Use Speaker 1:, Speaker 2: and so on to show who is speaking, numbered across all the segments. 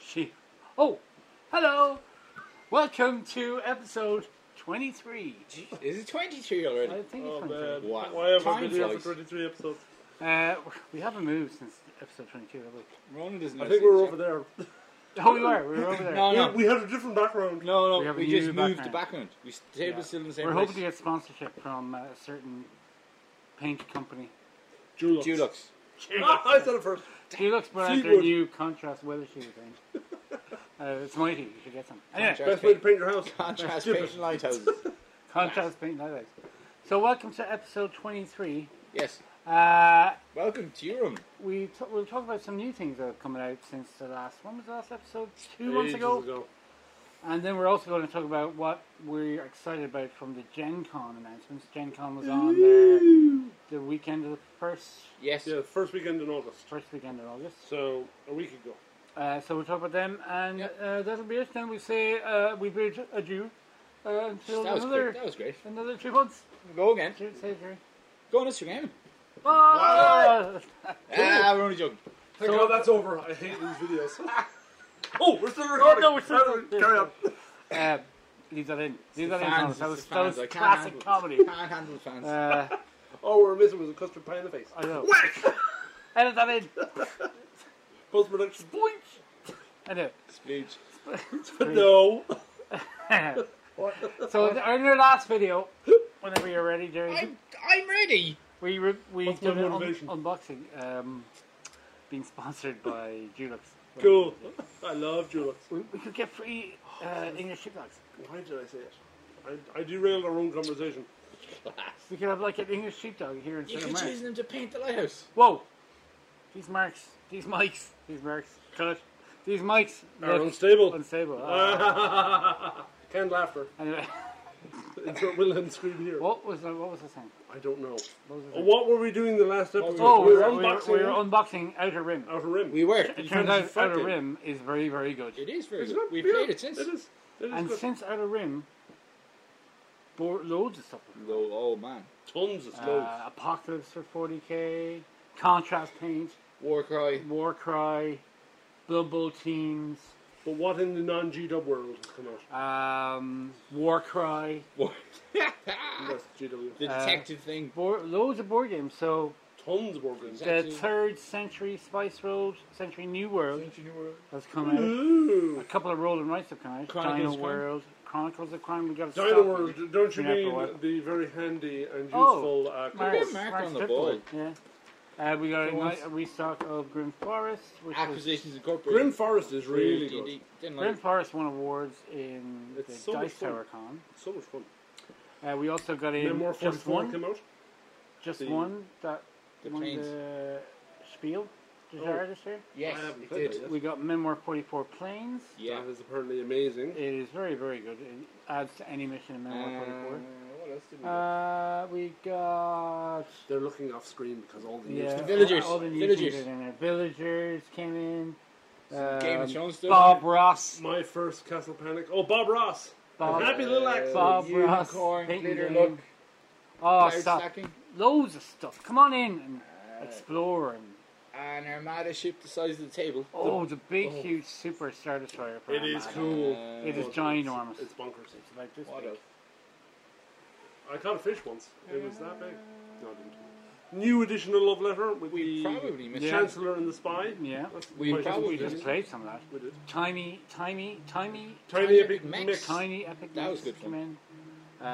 Speaker 1: She. Oh, hello. Welcome to episode 23.
Speaker 2: Is it 23 already?
Speaker 1: I think
Speaker 3: Oh
Speaker 1: it's 23.
Speaker 3: man,
Speaker 2: Wow.
Speaker 3: why have I
Speaker 2: Time
Speaker 3: been here for
Speaker 2: flies.
Speaker 3: 23 episodes?
Speaker 1: Uh, we haven't moved since episode 22, have we?
Speaker 2: Ronan doesn't
Speaker 3: I
Speaker 2: know
Speaker 3: think
Speaker 2: since
Speaker 3: we're
Speaker 2: yet.
Speaker 3: over there.
Speaker 1: Oh, we were. We were over there.
Speaker 2: No, no,
Speaker 3: We, we had a different background.
Speaker 2: no, no.
Speaker 1: We
Speaker 2: We,
Speaker 1: have a
Speaker 2: just
Speaker 1: new
Speaker 2: moved the
Speaker 1: background.
Speaker 2: background. We s- the table's still in the same
Speaker 1: We're
Speaker 2: place.
Speaker 1: hoping to get sponsorship from uh, a certain paint company.
Speaker 3: Dulux.
Speaker 2: Dulux.
Speaker 3: Ah, I said it first.
Speaker 1: He looks brought out their
Speaker 3: Fleetwood.
Speaker 1: new contrast weather shoe thing. Uh, it's mighty. You should get some. Anyway,
Speaker 2: Contrast
Speaker 3: Best way to
Speaker 2: paint.
Speaker 3: paint your house.
Speaker 2: Contrast
Speaker 3: Skip
Speaker 2: paint
Speaker 3: it.
Speaker 2: and lighthouses.
Speaker 1: contrast paint highlights. So welcome to episode 23.
Speaker 2: yes.
Speaker 1: Uh,
Speaker 2: Welcome to Durham.
Speaker 1: we t- we'll talk about some new things that are coming out since the last one was the last episode two months ago.
Speaker 3: Ages
Speaker 1: and then we're also going to talk about what we're excited about from the Gen Con announcements. Gen Con was on there the weekend of the first
Speaker 2: Yes.
Speaker 3: Yeah, first weekend in August.
Speaker 1: first weekend in August.
Speaker 3: So, a week ago.
Speaker 1: Uh, so we'll talk about them, and
Speaker 2: Yep.
Speaker 1: uh, that'll be it. Then we say uh, we bid adieu uh, until
Speaker 2: That was
Speaker 1: another
Speaker 2: quick. That was great.
Speaker 1: another two months.
Speaker 2: Go again.
Speaker 1: Should we say three?
Speaker 2: Go on Instagram.
Speaker 1: Bye.
Speaker 2: Ah, we're only joking.
Speaker 3: Thank God that's over. I hate these videos. oh, we're still recording.
Speaker 1: no, we're still
Speaker 3: Sorry,
Speaker 1: recording.
Speaker 3: Carry on.
Speaker 1: Uh, leave that in. Leave that in. Thomas.
Speaker 2: Fans,
Speaker 1: That was,
Speaker 2: it's the
Speaker 1: that was
Speaker 2: fans. I can't
Speaker 1: classic
Speaker 2: handle-
Speaker 1: comedy.
Speaker 2: Can't handle fans.
Speaker 1: Uh,
Speaker 3: All we're missing was a custard pie in the face.
Speaker 1: I know.
Speaker 3: Whack!
Speaker 1: Edit that in.
Speaker 3: Post production.
Speaker 1: Anyway.
Speaker 2: Splooge.
Speaker 3: No.
Speaker 1: so th- in our last video, whenever you're ready, Jerry,
Speaker 2: I'm, I'm ready.
Speaker 1: we re- we
Speaker 3: What's my
Speaker 1: did an un-
Speaker 3: motivation?
Speaker 1: unboxing, um, being sponsored by Dulux.
Speaker 3: Cool. I love Dulux.
Speaker 1: We, we could get free
Speaker 3: Oh,
Speaker 1: uh, English sheepdogs.
Speaker 3: Why did I say it? I, I derailed our own conversation.
Speaker 1: We could have like an English sheepdog here in
Speaker 2: You
Speaker 1: St.
Speaker 2: could
Speaker 1: Mark's.
Speaker 2: use them to paint the lighthouse.
Speaker 1: Whoa! These marks, these mics, these marks, cut. These mics
Speaker 3: Are
Speaker 1: look
Speaker 3: unstable.
Speaker 1: Unstable. Ah,
Speaker 3: Canned laughter.
Speaker 1: anyway,
Speaker 3: Insert Wilhelm scream here.
Speaker 1: what was the, what was the thing?
Speaker 3: I don't know. Uh,
Speaker 1: What was the thing?
Speaker 3: What were we doing the last episode?
Speaker 1: Oh,
Speaker 3: we were
Speaker 1: we were,
Speaker 3: unboxing
Speaker 1: unboxing Outer Rim.
Speaker 3: Outer Rim.
Speaker 2: We were.
Speaker 1: It turns out
Speaker 3: fucking-
Speaker 1: Outer Rim is very, very good.
Speaker 2: It is very
Speaker 3: It's
Speaker 2: good.
Speaker 3: good.
Speaker 2: We've
Speaker 3: Yeah,
Speaker 2: played it since.
Speaker 3: It is. It is
Speaker 1: And
Speaker 3: good.
Speaker 1: since Outer Rim, bore loads of supplements.
Speaker 2: Oh, oh man.
Speaker 3: tons of slows.
Speaker 1: Uh, Apocalypse for 40k, Contrast Paint,
Speaker 2: Warcry.
Speaker 1: Warcry, Blood Bowl Teams,
Speaker 3: but what in the non G Dub world has come out?
Speaker 1: um, Warcry,
Speaker 2: War-
Speaker 1: Ah.
Speaker 3: Yes, GW.
Speaker 2: the detective thing.
Speaker 1: board, loads of board games. So
Speaker 3: Tons of board games.
Speaker 1: the
Speaker 2: Actually-
Speaker 1: third Century Spice Road, Century New World has come
Speaker 3: Mm-hmm.
Speaker 1: out.
Speaker 3: Ooh.
Speaker 1: A couple of rolling rights have come out.
Speaker 2: Chronicles
Speaker 1: Dino
Speaker 2: of Crime.
Speaker 1: World, Chronicles of Crime. We got to
Speaker 3: Dino
Speaker 1: stop.
Speaker 3: World, don't you
Speaker 1: Been out for a
Speaker 3: mean
Speaker 1: while.
Speaker 3: the very handy and useful
Speaker 1: Oh,
Speaker 3: uh,
Speaker 1: Mark-
Speaker 3: compass?
Speaker 2: Mark on the
Speaker 1: Fitboy,
Speaker 2: ball.
Speaker 1: Yeah. Uh, we got a,
Speaker 2: So
Speaker 1: nice,
Speaker 2: once-
Speaker 1: a restock of Grim Forest, which was
Speaker 2: Acquisitions Incorporated.
Speaker 3: Grim Forest is really
Speaker 2: Really
Speaker 3: good.
Speaker 2: d- Didn't like
Speaker 1: Grim
Speaker 2: it.
Speaker 1: Forest won awards in
Speaker 3: It's
Speaker 1: the
Speaker 3: so much
Speaker 1: Dice
Speaker 3: fun.
Speaker 1: Tower Con.
Speaker 3: So much fun.
Speaker 1: Uh, we also got in
Speaker 3: Memoir
Speaker 1: just
Speaker 3: 44
Speaker 1: one,
Speaker 3: came out.
Speaker 1: just
Speaker 3: the-
Speaker 1: one that
Speaker 2: the Oh.
Speaker 1: won
Speaker 2: planes.
Speaker 1: the Spiel this year. this year.
Speaker 2: Yes,
Speaker 3: I haven't
Speaker 2: it
Speaker 3: played
Speaker 2: did.
Speaker 3: that yet.
Speaker 1: We got Memoir 44 Planes.
Speaker 2: Yeah.
Speaker 3: That is apparently amazing.
Speaker 1: It is very, very good. It adds to any mission in Memoir
Speaker 2: Uh,
Speaker 1: 44.
Speaker 2: what else did we do?
Speaker 1: Uh, we got
Speaker 3: They're looking off screen because all the
Speaker 1: yeah,
Speaker 3: yeah.
Speaker 2: Villagers.
Speaker 1: All, all the new
Speaker 2: Villagers.
Speaker 1: things are in there. Villagers came in. Um,
Speaker 2: Game of Thrones stuff.
Speaker 1: Bob Ross.
Speaker 3: My first Castle Panic. Oh, Bob Ross.
Speaker 1: Bob-
Speaker 3: Happy little accent.
Speaker 1: Bob Ross.
Speaker 2: Uh, Unicorn,
Speaker 1: Peyton
Speaker 2: glitter
Speaker 1: Green.
Speaker 2: look,
Speaker 1: Oh,
Speaker 2: cloud
Speaker 1: stop.
Speaker 2: stacking,
Speaker 1: Loads of stuff. Come on in and explore. And,
Speaker 2: an armada ship the size of the table. Uh,
Speaker 1: oh, the big, huge super Star Destroyer.
Speaker 3: It is
Speaker 1: Paramount.
Speaker 3: cool.
Speaker 2: Uh,
Speaker 1: It is
Speaker 3: Oh,
Speaker 1: ginormous.
Speaker 3: It's, it's bonkers.
Speaker 1: It's about this
Speaker 2: What
Speaker 1: big.
Speaker 2: else?
Speaker 3: I caught a fish once. It was that big. No, I didn't. New edition of Love Letter with
Speaker 2: We
Speaker 3: the
Speaker 2: probably missed
Speaker 1: Yeah.
Speaker 2: chance.
Speaker 3: Chancellor and the Spy.
Speaker 1: Yeah.
Speaker 3: That's
Speaker 2: We
Speaker 3: quite
Speaker 2: probably
Speaker 1: We
Speaker 3: good.
Speaker 1: just played some of that.
Speaker 3: We did.
Speaker 1: Tiny, tiny, tiny,
Speaker 3: Tiny,
Speaker 2: Tiny
Speaker 3: Epic
Speaker 2: Mix.
Speaker 3: Mix.
Speaker 1: tiny epic
Speaker 2: That was
Speaker 1: mixes
Speaker 2: good
Speaker 1: come in. Uh,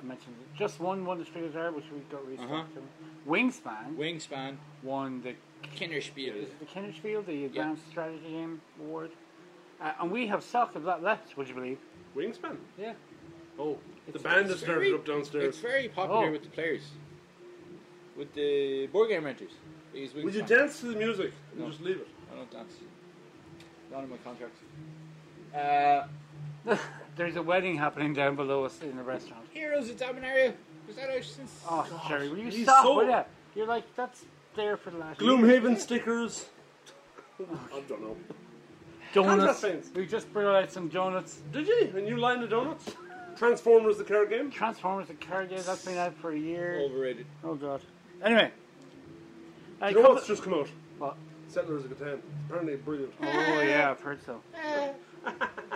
Speaker 1: I mentioned just one won the Spiegel Art, which we got restocked.
Speaker 2: Uh-huh.
Speaker 1: from. Wingspan
Speaker 2: Wingspan,
Speaker 1: won the
Speaker 2: Kinderspiel.
Speaker 1: is it the Kinderspiel, the Advanced Strategy Game Award, uh, and we have stock of that left. Would you believe?
Speaker 3: Wingspan.
Speaker 1: Yeah.
Speaker 3: Oh, the
Speaker 1: It's-
Speaker 3: band
Speaker 2: it's
Speaker 3: has started
Speaker 2: very-
Speaker 3: up downstairs.
Speaker 2: It's very popular
Speaker 1: Oh.
Speaker 2: with the players, with the board game renters. Is Wingspan.
Speaker 3: Will you dance to the music and
Speaker 2: No.
Speaker 3: just leave it?
Speaker 2: I don't dance. Not in my contract. Uh,
Speaker 1: There's a wedding happening down below us in the restaurant.
Speaker 2: Heroes of Dominaria. Was that out since?
Speaker 1: Oh, Jerry, will you
Speaker 3: he's
Speaker 1: stop
Speaker 3: so-
Speaker 1: with that? You're like, that's there for the last
Speaker 3: Gloomhaven stickers. I don't know. Contrast
Speaker 1: Donuts.
Speaker 3: paints.
Speaker 1: We just brought out some donuts.
Speaker 3: Did you? A new line of donuts? Transformers the card game?
Speaker 1: Transformers and card game, that's been out for a year.
Speaker 2: Overrated.
Speaker 1: Oh, God. Anyway. I
Speaker 3: You know what's just come out?
Speaker 1: well,
Speaker 3: Settlers of Catan. It's apparently brilliant.
Speaker 1: Oh yeah, I've heard so.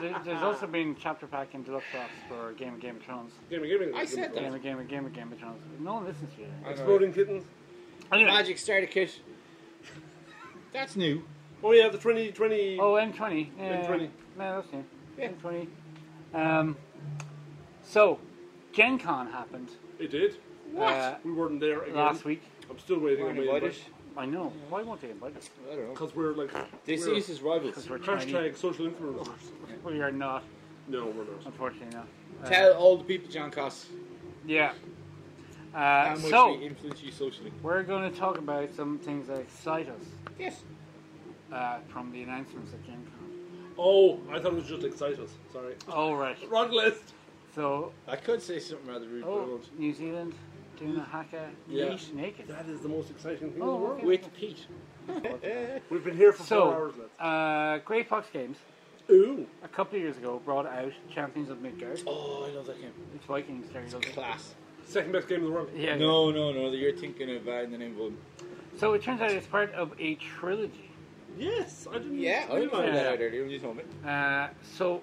Speaker 1: there, there's also been chapter pack and deluxe box for Game of Game of Thrones.
Speaker 3: Game of Gaming.
Speaker 2: I said
Speaker 1: Game of Game of Game of Game of Thrones. No one listens to you.
Speaker 2: I know,
Speaker 3: Exploding Kittens.
Speaker 1: I
Speaker 2: right?
Speaker 1: did it.
Speaker 2: Magic starter kit. That's new.
Speaker 3: Oh yeah, the 2020.
Speaker 1: Oh, M20. Yeah,
Speaker 3: M20.
Speaker 1: No, that's new.
Speaker 2: Yeah.
Speaker 1: M20. Um, so, Gen Con happened
Speaker 3: It did.
Speaker 2: What?
Speaker 1: Uh,
Speaker 3: We weren't there again.
Speaker 1: last week.
Speaker 3: I'm still waiting on
Speaker 2: Weren't
Speaker 3: my
Speaker 2: invited.
Speaker 3: invite.
Speaker 1: I know. Why won't they invite us?
Speaker 2: I don't know.
Speaker 3: Because we're like.
Speaker 2: They
Speaker 3: we're-
Speaker 2: see us as rivals.
Speaker 1: Because we're Chinese.
Speaker 3: Hashtag social influencers.
Speaker 1: We are not,
Speaker 3: No, we're not.
Speaker 1: unfortunately, not. Uh,
Speaker 2: Tell all the people John costs
Speaker 1: Yeah.
Speaker 2: how
Speaker 1: Uh,
Speaker 2: much
Speaker 1: so,
Speaker 2: they influence you socially.
Speaker 1: we're going to talk about some things that excite us
Speaker 2: Yes.
Speaker 1: uh, from the announcements at Gen Con.
Speaker 3: Oh, I thought it was just excite us. Sorry.
Speaker 1: All right.
Speaker 3: Wrong list.
Speaker 1: So,
Speaker 2: I could say something rather rude, but I
Speaker 1: oh,
Speaker 2: won't.
Speaker 1: New Zealand doing a haka
Speaker 3: Yeah.
Speaker 1: yeet naked.
Speaker 3: That is the most exciting thing in
Speaker 1: Oh,
Speaker 3: the world.
Speaker 1: okay.
Speaker 2: With Pete.
Speaker 3: We've been here for four
Speaker 1: So,
Speaker 3: hours. Left.
Speaker 1: uh, Grey Fox Games
Speaker 3: Ooh.
Speaker 1: a couple of years ago brought out Champions of Midgard.
Speaker 2: Oh, I love that game.
Speaker 1: It's Vikings there. you go.
Speaker 2: Class.
Speaker 3: Second best game in the world.
Speaker 1: Yeah.
Speaker 2: No, no, no. You're thinking of uh, in the name of.
Speaker 1: So it turns out it's part of a trilogy.
Speaker 3: Yes, I didn't.
Speaker 2: Yeah, I
Speaker 3: realize
Speaker 2: found
Speaker 1: Yeah.
Speaker 2: that out earlier when you told me.
Speaker 1: Uh, so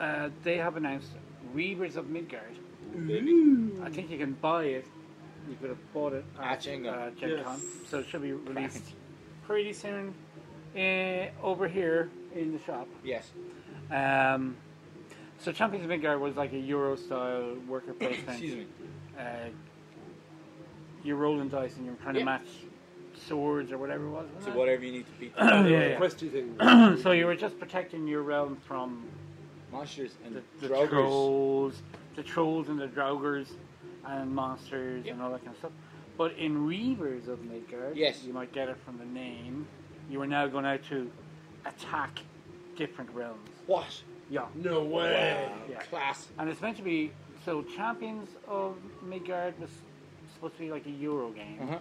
Speaker 1: uh, they have announced Reavers of Midgard.
Speaker 2: Mm-hmm.
Speaker 1: I think you can buy it. You could have bought it
Speaker 2: Ah,
Speaker 1: at
Speaker 2: Jenga.
Speaker 1: uh, Gen
Speaker 3: Yes.
Speaker 1: Con. So it should be released pretty soon uh, over here in the shop.
Speaker 2: Yes.
Speaker 1: Um, so Champions of Midgard was like a Euro style worker placement.
Speaker 2: Excuse me.
Speaker 1: uh, you're rolling dice and you're trying to
Speaker 2: Yeah.
Speaker 1: match swords or whatever it was.
Speaker 2: So
Speaker 1: wasn't it?
Speaker 2: whatever you need to beat
Speaker 1: Yeah,
Speaker 3: Yeah,
Speaker 1: yeah.
Speaker 3: Questy thing.
Speaker 1: so you were just protecting your realm from
Speaker 2: monsters and
Speaker 1: the, the
Speaker 2: draugrs.
Speaker 1: trolls, the trolls and the draugrs, and monsters and
Speaker 2: Yeah.
Speaker 1: all that kind of stuff. But in Reavers of Midgard,
Speaker 2: Yes.
Speaker 1: you might get it from the name. You are now going out to attack different realms.
Speaker 2: What?
Speaker 1: Yeah,
Speaker 3: No way.
Speaker 2: Wow,
Speaker 1: Yeah.
Speaker 2: Class.
Speaker 1: and it's meant to be so. Champions of Midgard was supposed to be like a Euro game.
Speaker 2: Uh-huh.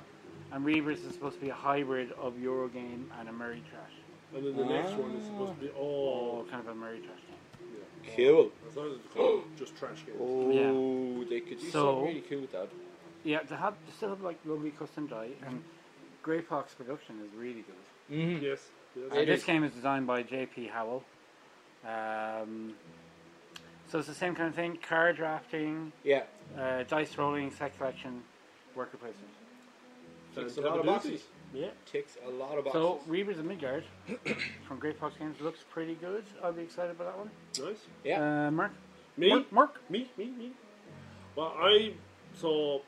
Speaker 1: And Reavers is supposed to be a hybrid of Eurogame and a Murray Trash.
Speaker 3: And then the next one is supposed to be
Speaker 1: Or
Speaker 3: oh,
Speaker 1: kind of a Murray Trash game.
Speaker 2: Cool.
Speaker 3: as long as it's called just trash games.
Speaker 2: Oh, they could do
Speaker 1: So-
Speaker 2: something really cool with that.
Speaker 1: Yeah, they have they still have like lovely custom die and Grey Fox production is really good.
Speaker 2: Mm-hmm.
Speaker 3: Yes. yes.
Speaker 2: I- It
Speaker 1: And this
Speaker 2: is.
Speaker 1: game is designed by JP Howell. Um, so it's the same kind of thing, card drafting,
Speaker 2: Yeah.
Speaker 1: uh, dice rolling, set collection, worker placement.
Speaker 2: Ticks a
Speaker 3: Call
Speaker 2: lot
Speaker 3: of
Speaker 2: of
Speaker 3: Duty.
Speaker 2: boxes.
Speaker 1: Yeah.
Speaker 2: Ticks a lot of boxes.
Speaker 1: So Reavers of Midgard from Grey Fox Games looks pretty good. I'll be excited by that one.
Speaker 3: Nice.
Speaker 2: Yeah.
Speaker 1: Uh, Mark?
Speaker 3: Me?
Speaker 1: Mark? Mark?
Speaker 3: Me? Me? Me? Well, I saw